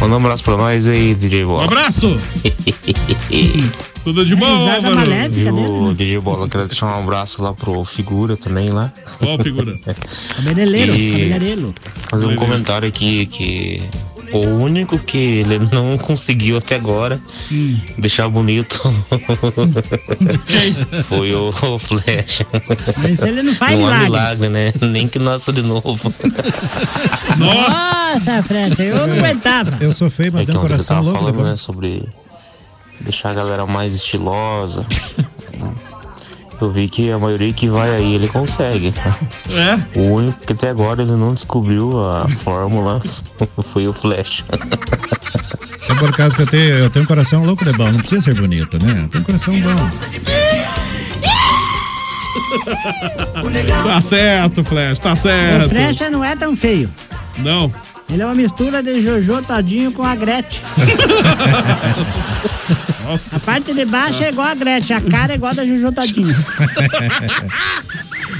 S29: Manda um abraço pra nós aí, DJ Bola.
S5: Um abraço. Tudo
S29: É,
S12: É,
S5: de bom,
S29: tá
S5: Álvaro?
S12: né?
S29: Viu, DJ Bola, quero deixar um abraço lá pro Figura também lá.
S5: Qual figura?
S12: Cabeleireiro,
S29: E-
S12: cabeleireiro.
S29: Fazer um comentário aqui que o único que ele não conseguiu até agora deixar bonito foi o, o Flash.
S12: Mas ele não faz
S29: há
S12: milagre.
S29: milagre, né? Nem que nasça de novo.
S12: Nossa, Fred, eu não aguentava.
S11: Eu sou feio, mas tenho um
S29: Então, o que eu
S11: coração
S29: tava
S11: louco.
S29: falando,
S11: agora.
S29: né, sobre deixar a galera mais estilosa. Eu vi que a maioria que vai aí, ele consegue. tá?
S5: É?
S29: O único que até agora ele não descobriu a fórmula foi o Flash. né?
S11: É por causa que eu tenho, eu tenho um coração louco de bom, não precisa ser bonito, né? Eu tenho um coração bom.
S5: Tá certo, Flash, tá
S12: O
S5: certo.
S12: Frecha não é tão feio.
S5: Não.
S12: Ele é uma mistura de Jojo Tadinho com a Gretchen.
S5: Nossa.
S12: A parte de baixo é igual a Gretchen, a cara é igual a da Jojo Tadinho.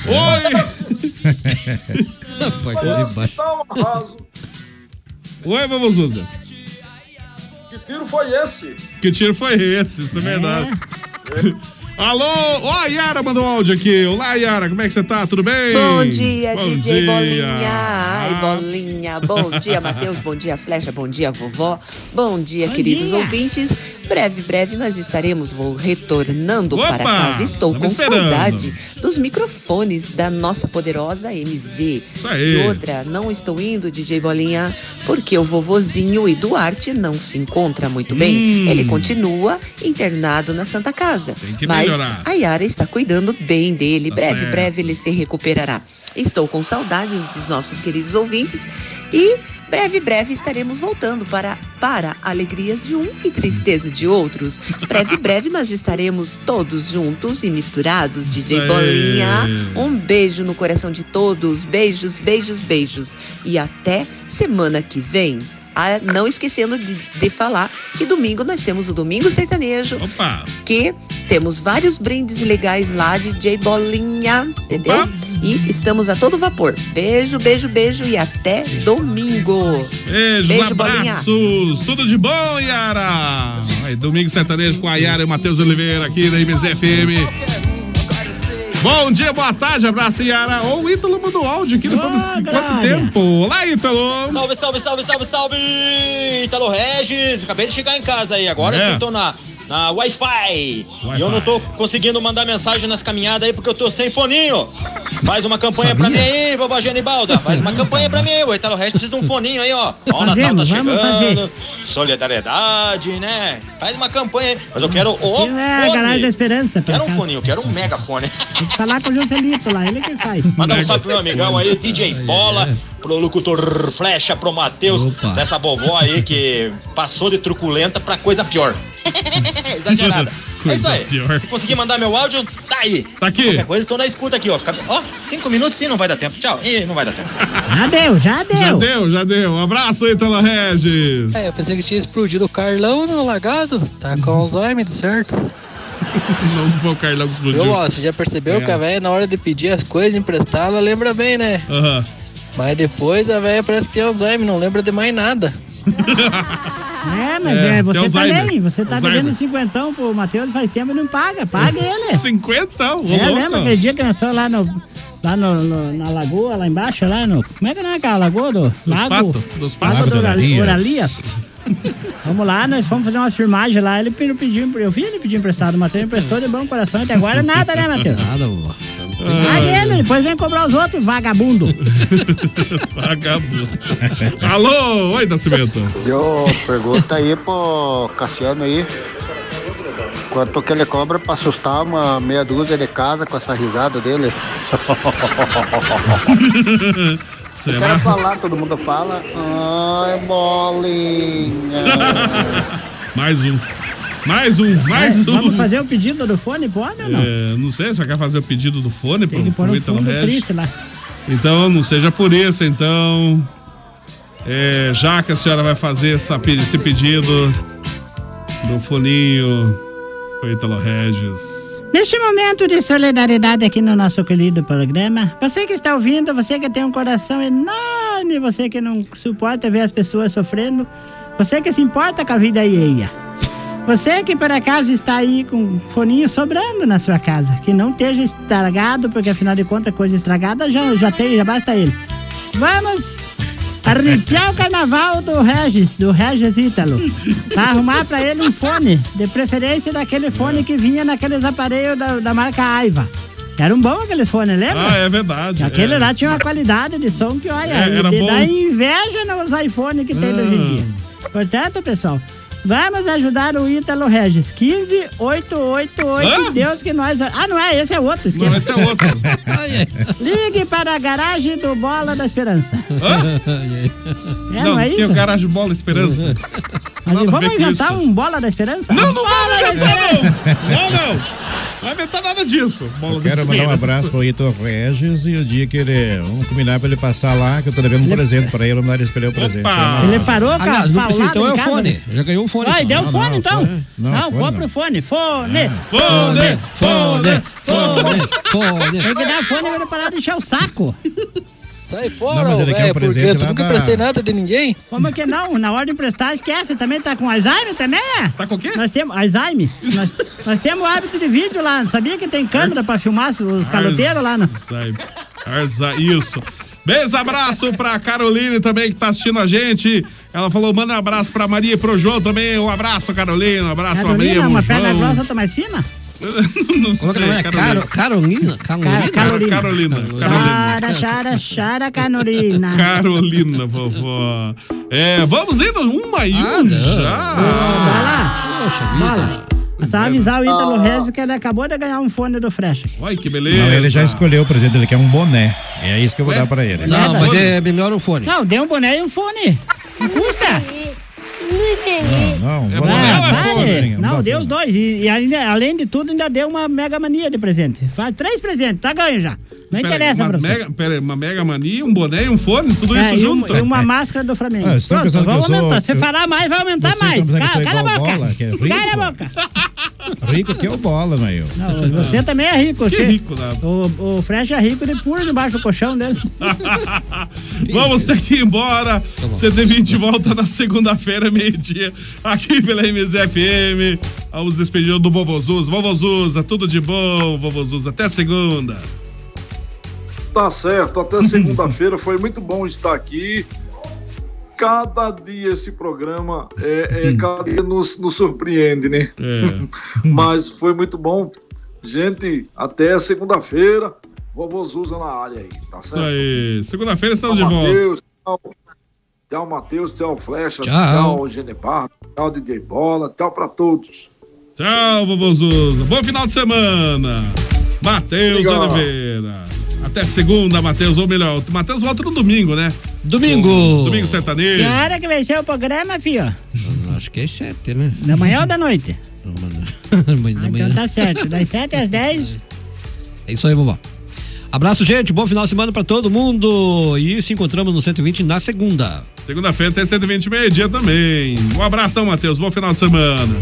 S5: Oi!
S13: Tá,
S1: parte de baixo.
S13: Coração raso.
S5: Oi, vovô Zuza.
S13: Que Que tiro foi esse?
S5: Que tiro foi esse? Isso é verdade. Alô, ó, a Yara mandou um áudio aqui. Olá, Yara, como é que você tá? Tudo bem?
S30: Bom dia, Ah.
S5: Bom
S30: DJ
S5: dia.
S30: Bolinha. Ai, Bolinha. Bom dia, Matheus. Bom dia, Flecha. Bom dia, vovó. Bom dia, Bom queridos dia. ouvintes. Breve, breve, nós estaremos vou, retornando para Opa, casa. Estou tava com esperando. saudade dos microfones da nossa poderosa MZ. Isso aí. E outra, não estou indo, DJ Bolinha, porque o vovozinho e Duarte não se encontra muito bem.
S15: Hum.
S30: Ele continua internado na Santa Casa.
S15: que
S30: mas
S15: melhorar.
S30: a Yara está cuidando bem dele.
S15: Tá
S30: breve,
S15: certo.
S30: breve ele se recuperará. Estou com saudades dos nossos queridos ouvintes e breve, breve estaremos voltando para, para alegrias de um e tristeza de outros. Breve, breve nós estaremos todos juntos e misturados, DJ
S15: Isso aí.
S30: Bolinha. Um beijo no coração de todos. Beijos, beijos, beijos. E até semana que vem. Ah, não esquecendo de, de falar que domingo nós temos o Domingo Sertanejo.
S5: Opa!
S30: Que temos vários brindes legais lá de J Bolinha, entendeu? E estamos a todo vapor. Beijo, beijo, beijo e até domingo.
S5: Beijos,
S30: Beijo,
S5: abraços, tudo de bom, Yara! Aí, domingo sertanejo com a Yara e o Matheus Oliveira aqui da MZFM. Bom dia, boa tarde, abraço, Yara. Ô, o Ítalo mandou áudio aqui
S12: Ah,
S5: depois de quanto tempo? Olá, Ítalo!
S28: Salve, salve, salve, salve, salve! Italo Regis, acabei de chegar em casa aí, agora
S5: É.
S28: sim tô na, na Wi-Fi. E eu não tô conseguindo mandar mensagem nas caminhadas aí porque eu tô sem foninho. Faz uma campanha pra mim
S17: Sabia?
S28: aí, vovó Genibalda. Faz uma campanha pra mim aí, o Italo Regis precisa de um foninho aí, ó. Ó, o Natal tá
S12: Fazemos,
S28: chegando.
S12: vamos fazer.
S28: Solidariedade, né? Faz uma campanha aí. Mas eu quero o
S12: Eu é a garagem da
S28: fone.
S12: esperança, pelo
S28: Quero um
S12: acaso.
S28: foninho, eu quero um megafone.
S12: Tem que falar com o Joselito lá, ele que faz.
S28: Manda um salve pro meu amigão aí, DJ
S5: é.
S28: Bola, pro locutor Flecha, pro Matheus, dessa vovó aí que passou de truculenta pra coisa pior. Exagerada. é isso
S5: Coisa
S28: aí.
S5: pior.
S28: Se conseguir mandar meu áudio, tá aí.
S5: Tá aqui.
S28: Qualquer coisa, tô na escuta aqui, ó. Fica- Ó, cinco minutos e não vai dar tempo. Tchau. Ih, não vai dar tempo.
S12: Já deu, já deu.
S5: Já deu, já deu. Um abraço, Ítalo Regis.
S28: É, eu pensei que tinha explodido o Carlão no lagado. Tá
S5: Uhum.
S28: com Alzheimer, certo?
S5: Não foi o Carlão que explodiu.
S28: Eu, ó, você já percebeu
S5: É.
S28: que a véia, na hora de pedir as coisas emprestadas, ela lembra bem, né? Mas depois a véia parece que tem Alzheimer, não lembra de mais nada.
S12: É, mas
S28: É,
S12: é,
S28: tem
S12: você
S28: Alzheimer.
S12: também. Você tá
S28: Alzheimer.
S12: devendo cinquentão pro Matheus faz tempo e não paga. Paga ele.
S5: Cinquentão, ô,
S12: É,
S5: louco.
S12: lembra aquele dia que nós fomos lá, no, lá no, no- na lagoa, lá embaixo, lá no... Como é que não é aquela lagoa do... lago?
S5: patos, dos
S12: Lago
S5: patos.
S12: do Orali-
S5: Oralias.
S12: Oralias. Vamos lá, nós fomos fazer umas filmagens lá, ele pediu, pediu eu vi ele pedir emprestado, o Matheus emprestou de bom coração, até agora nada, né, Matheus?
S1: Nada, vovó.
S5: Ah.
S12: Paga ele, depois vem cobrar os outros, vagabundo.
S5: Vagabundo. Alô, oi, Nascimento.
S7: Eu pergunta aí pro Cassiano aí. Quanto que ele cobra pra assustar uma meia dúzia de casa com essa risada dele? Eu
S5: Será?
S7: quero falar, todo mundo fala. Ai, bolinha.
S5: Mais um. Mais um, mais
S12: É,
S5: um.
S12: Vamos fazer o pedido do fone, pode ou não?
S5: É, não sei, só quer fazer o pedido do fone pro,
S12: Tem que pôr
S5: pro
S12: um
S5: Ítalo
S12: fundo
S5: Regis.
S12: triste lá.
S5: Então, não seja por isso, então. É, já que a senhora vai fazer essa pe- esse pedido do foninho pro Ítalo Regis.
S12: Neste momento de solidariedade aqui no nosso querido programa, você que está ouvindo, você que tem um coração enorme, você que não suporta ver as pessoas sofrendo, você que se importa com a vida alheia, você que por acaso está aí com um foninho sobrando na sua casa, que não esteja estragado, porque afinal de contas coisa estragada já, já tem, já basta ele. Vamos arrepiar o carnaval do Regis, do Regis Ítalo. Pra arrumar pra ele um fone, de preferência daquele fone que vinha naqueles aparelhos da, da marca Aiva. Era um bom aqueles fones, lembra?
S5: Ah, é verdade.
S12: Aquele
S5: é.
S12: lá tinha uma qualidade de som que, olha,
S5: É, era
S12: e
S5: bom. Ah.
S12: dá inveja nos iPhones que tem hoje em dia. Portanto, pessoal, vamos ajudar o Ítalo Regis. 15888,
S5: Hã?
S12: Deus que nós... Ah, não é, esse é outro. Esqueci.
S5: Não, esse é outro.
S12: Ligue para a garagem do Bola da Esperança. É, não
S5: não,
S12: é
S5: tem
S12: isso?
S5: o garagem bola esperança.
S12: Mas
S5: Nada a ver
S12: vamos
S5: com
S12: inventar
S5: isso.
S12: um Bola da Esperança?
S5: Não, não
S12: Bola
S5: vai
S12: da
S5: inventar,
S12: Esperança!
S5: não! Não, não! Não vai inventar nada disso. Bola
S11: Eu quero
S5: de
S11: mandar um
S5: esperança.
S11: abraço pro Heitor Regis e o dia que ele. Vamos combinar pra ele passar lá, que eu tô devendo um
S12: Ele-
S11: presente pra ele, eu mandar ele escolher o presente.
S12: Ele parou, cara.
S11: Aliás,
S1: não precisa,
S12: paulada
S1: então é
S12: em
S1: o
S12: casa,
S1: fone.
S12: né?
S1: Já ganhou um fone,
S12: Vai,
S1: então.
S12: deu o
S1: Não,
S12: fone
S1: não,
S12: então.
S22: é?
S1: fone-
S12: Não,
S1: não, fone
S12: compra o fone. Fone.
S1: Fone, fone, fone,
S12: Tem que dar fone pra ele parar de encher o saco.
S22: Sai fora,
S11: mas
S22: ô,
S11: ele quer um
S22: velho, por
S11: presente
S22: dentro.
S11: lá
S22: Nunca
S11: da-
S22: prestei nada de ninguém.
S12: Como é que não? Na hora de prestar, esquece. Também tá com Alzheimer também? Tá com o quê? Nós temos Alzheimer. nós, nós temos o hábito de vídeo lá. Sabia que tem câmera pra filmar os caloteiros lá? né? No...
S5: Sai. Arza, isso. Beijo, abraço pra Caroline também que tá assistindo a gente. Ela falou, manda um abraço pra Maria e pro João também. Um abraço, Carolina. Um abraço pra Maria,
S12: Carolina,
S5: pro
S12: uma
S5: João.
S12: perna grossa, outra mais fina?
S5: Não
S1: Como que
S5: sei,
S1: não é? Caro- Carolina? Carolina?
S5: Carolina. Carolina.
S12: Chara, chara, chara, Carolina.
S5: Carolina, vovó. É, vamos indo. Uma e um já.
S12: Fala. Só avisar o Ítalo Regis que ele acabou de ganhar um fone do Frecha.
S5: Olha que beleza.
S11: Não, ele já escolheu o presente, ele quer um boné. É isso que eu vou dar pra ele.
S12: Não, mas é
S1: melhor o fone.
S12: Não, deu um boné e um fone. Não custa.
S11: Não,
S5: É
S12: Ah,
S11: boné não dá
S12: pare.
S11: fone, né?
S12: Não,
S11: dá
S12: deu os dois. E, e ainda, além de tudo, ainda deu uma mega mania de presente. Faz três presentes, tá ganho já. Não
S5: Pera aí,
S12: interessa
S5: uma
S12: pra você.
S5: mega, pera aí, uma mega mania, um boné e um fone, tudo
S12: É,
S5: isso
S12: e
S5: junto.
S12: um- e uma máscara do Flamengo.
S5: Ah, vocês estão
S12: Pronto,
S5: pensando que
S12: vamos
S5: eu sou-
S12: aumentar. Se
S5: eu-
S12: falar mais, vai aumentar
S11: vocês estão
S12: mais.
S11: pensando que eu
S12: Cala, cala
S11: sou
S12: a
S11: igual
S12: boca.
S11: bola, que é rico?
S12: cala a boca.
S11: Rico que é o bola, meu.
S12: Não, Você também é rico.
S11: Que
S12: Você,
S11: rico,
S5: Tá.
S12: o, o Fresh é rico de puro debaixo do colchão dele.
S5: Vamos ter que ir embora. CT20 volta na segunda-feira, meio-dia, aqui pela MZFM. Vamos despedir Ah, do Vovozuza. Vovozuza, tudo de bom, Vovozuza. Até segunda.
S13: Tá certo, até segunda-feira. Foi muito bom estar aqui. Cada dia esse programa é, é,
S5: Hum.
S13: cada dia nos, nos surpreende, né?
S5: É.
S13: Mas foi muito bom. Gente, até segunda-feira. Vovô Zuza na área aí, tá
S5: Isso
S13: certo?
S5: aí. Segunda-feira estamos de
S13: Tchau,
S5: volta.
S13: Matheus. Tchau, tchau Matheus. Tchau, Flecha.
S5: Tchau.
S13: Tchau, Genebardo. Tchau, DJ Bola. Tchau pra todos.
S5: Tchau, Vovozuza. Bom final de semana. Matheus
S13: Legal.
S5: Oliveira. Até segunda, Matheus, ou melhor, o Matheus volta no domingo, né?
S1: Domingo.
S5: domingo sertanejo.
S12: Que hora que vai ser o programa, filho?
S1: Acho que é sete, né?
S12: Da manhã ou da noite?
S1: Amanhã da
S12: Então
S1: manhã.
S12: tá certo. Das 7 às 10.
S1: É isso aí, vovó. Abraço, gente. Bom final de semana pra todo mundo. E se encontramos no 120 na segunda.
S5: Segunda-feira tem 120 meio-dia também. Um abração, Matheus. Bom final de semana.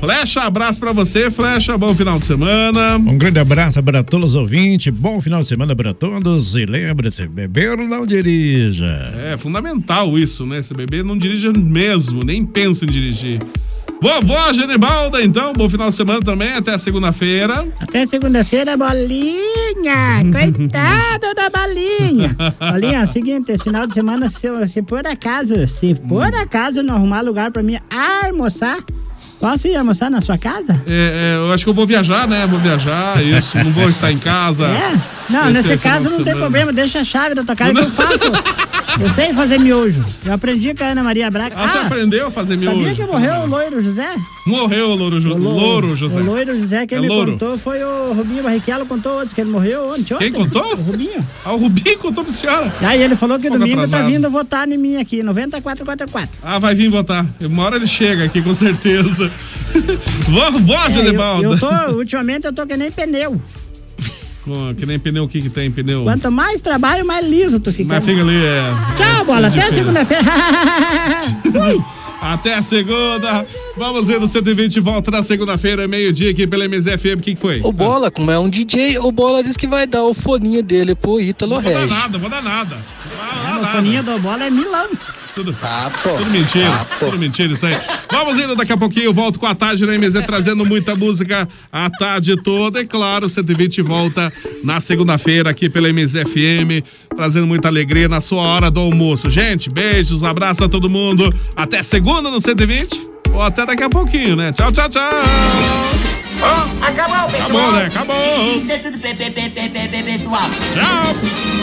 S5: Flecha, abraço pra você, Flecha. Bom final de semana.
S11: Um grande abraço para todos os ouvintes, bom final de semana para todos e lembre-se, beber não dirija.
S5: É fundamental isso, né? Esse bebê não dirige mesmo, nem pensa em dirigir. Vovó Genebalda, então, bom final de semana também, até segunda-feira.
S12: Até segunda-feira, bolinha. Coitado da bolinha. Bolinha, é o seguinte, esse final de semana, se, eu- se por acaso, se por acaso não arrumar lugar pra mim almoçar, posso ir almoçar na sua casa?
S5: É, é, eu acho que eu vou viajar, né? Vou viajar, isso. Não vou estar em casa.
S12: É? Não,
S5: Esse
S12: nesse
S5: é final
S12: caso
S5: de
S12: não tem
S5: semana.
S12: problema, deixa a chave da tua casa que eu faço. Eu sei fazer miojo. Eu aprendi com a Ana Maria Braga.
S5: Ah, você aprendeu a fazer miojo?
S12: Sabia que morreu o loiro José?
S5: Morreu o É Louro, Jo- Louro José.
S12: O loiro José, quem
S5: É
S12: me
S5: louro.
S12: contou foi o Rubinho Barrichello, contou antes que ele morreu ontem.
S5: Quem
S12: ontem.
S5: contou?
S12: O Rubinho.
S5: Ah, o Rubinho contou pra senhora.
S12: E aí ele falou que
S5: Pouco
S12: domingo tá
S5: atrasado.
S12: vindo votar em mim aqui, 9444.
S5: Ah, vai vir votar. Uma hora ele chega aqui, com certeza. Vovó
S12: É,
S5: Genebalda.
S12: eu, eu tô, ultimamente eu tô que nem pneu.
S5: Com- Que nem pneu, o que que tem? Pneu.
S12: Quanto mais trabalho, mais liso tu fica. né?
S5: Mas fica ali, é.
S12: Tchau, bola. Até
S5: difícil.
S12: segunda-feira. Fui.
S5: Até segunda. Vamos indo, 120 volta na segunda-feira, meio-dia aqui pela MZFM. O que, que foi?
S22: O Bola, como é um DJ, o Bola diz que vai dar o foninho dele pro Ítalo
S5: Não vou dar
S22: Regis.
S5: nada, vou dar nada.
S12: A soninha do bola é Milão.
S5: Tudo, tudo mentira, tudo mentira isso aí. Vamos indo, daqui a pouquinho eu volto com a tarde na MZ, trazendo muita música a tarde toda. E claro, 120 volta na segunda-feira aqui pela MZFM, trazendo muita alegria na sua hora do almoço. Gente, beijos, abraço a todo mundo. Até segunda no 120 ou até daqui a pouquinho, né? Tchau, tchau, tchau.
S15: Acabou, pessoal.
S5: Acabou, né? Acabou.
S15: Isso é tudo, pe- pe- pe- pe- pe- pe- pessoal.
S5: Tchau.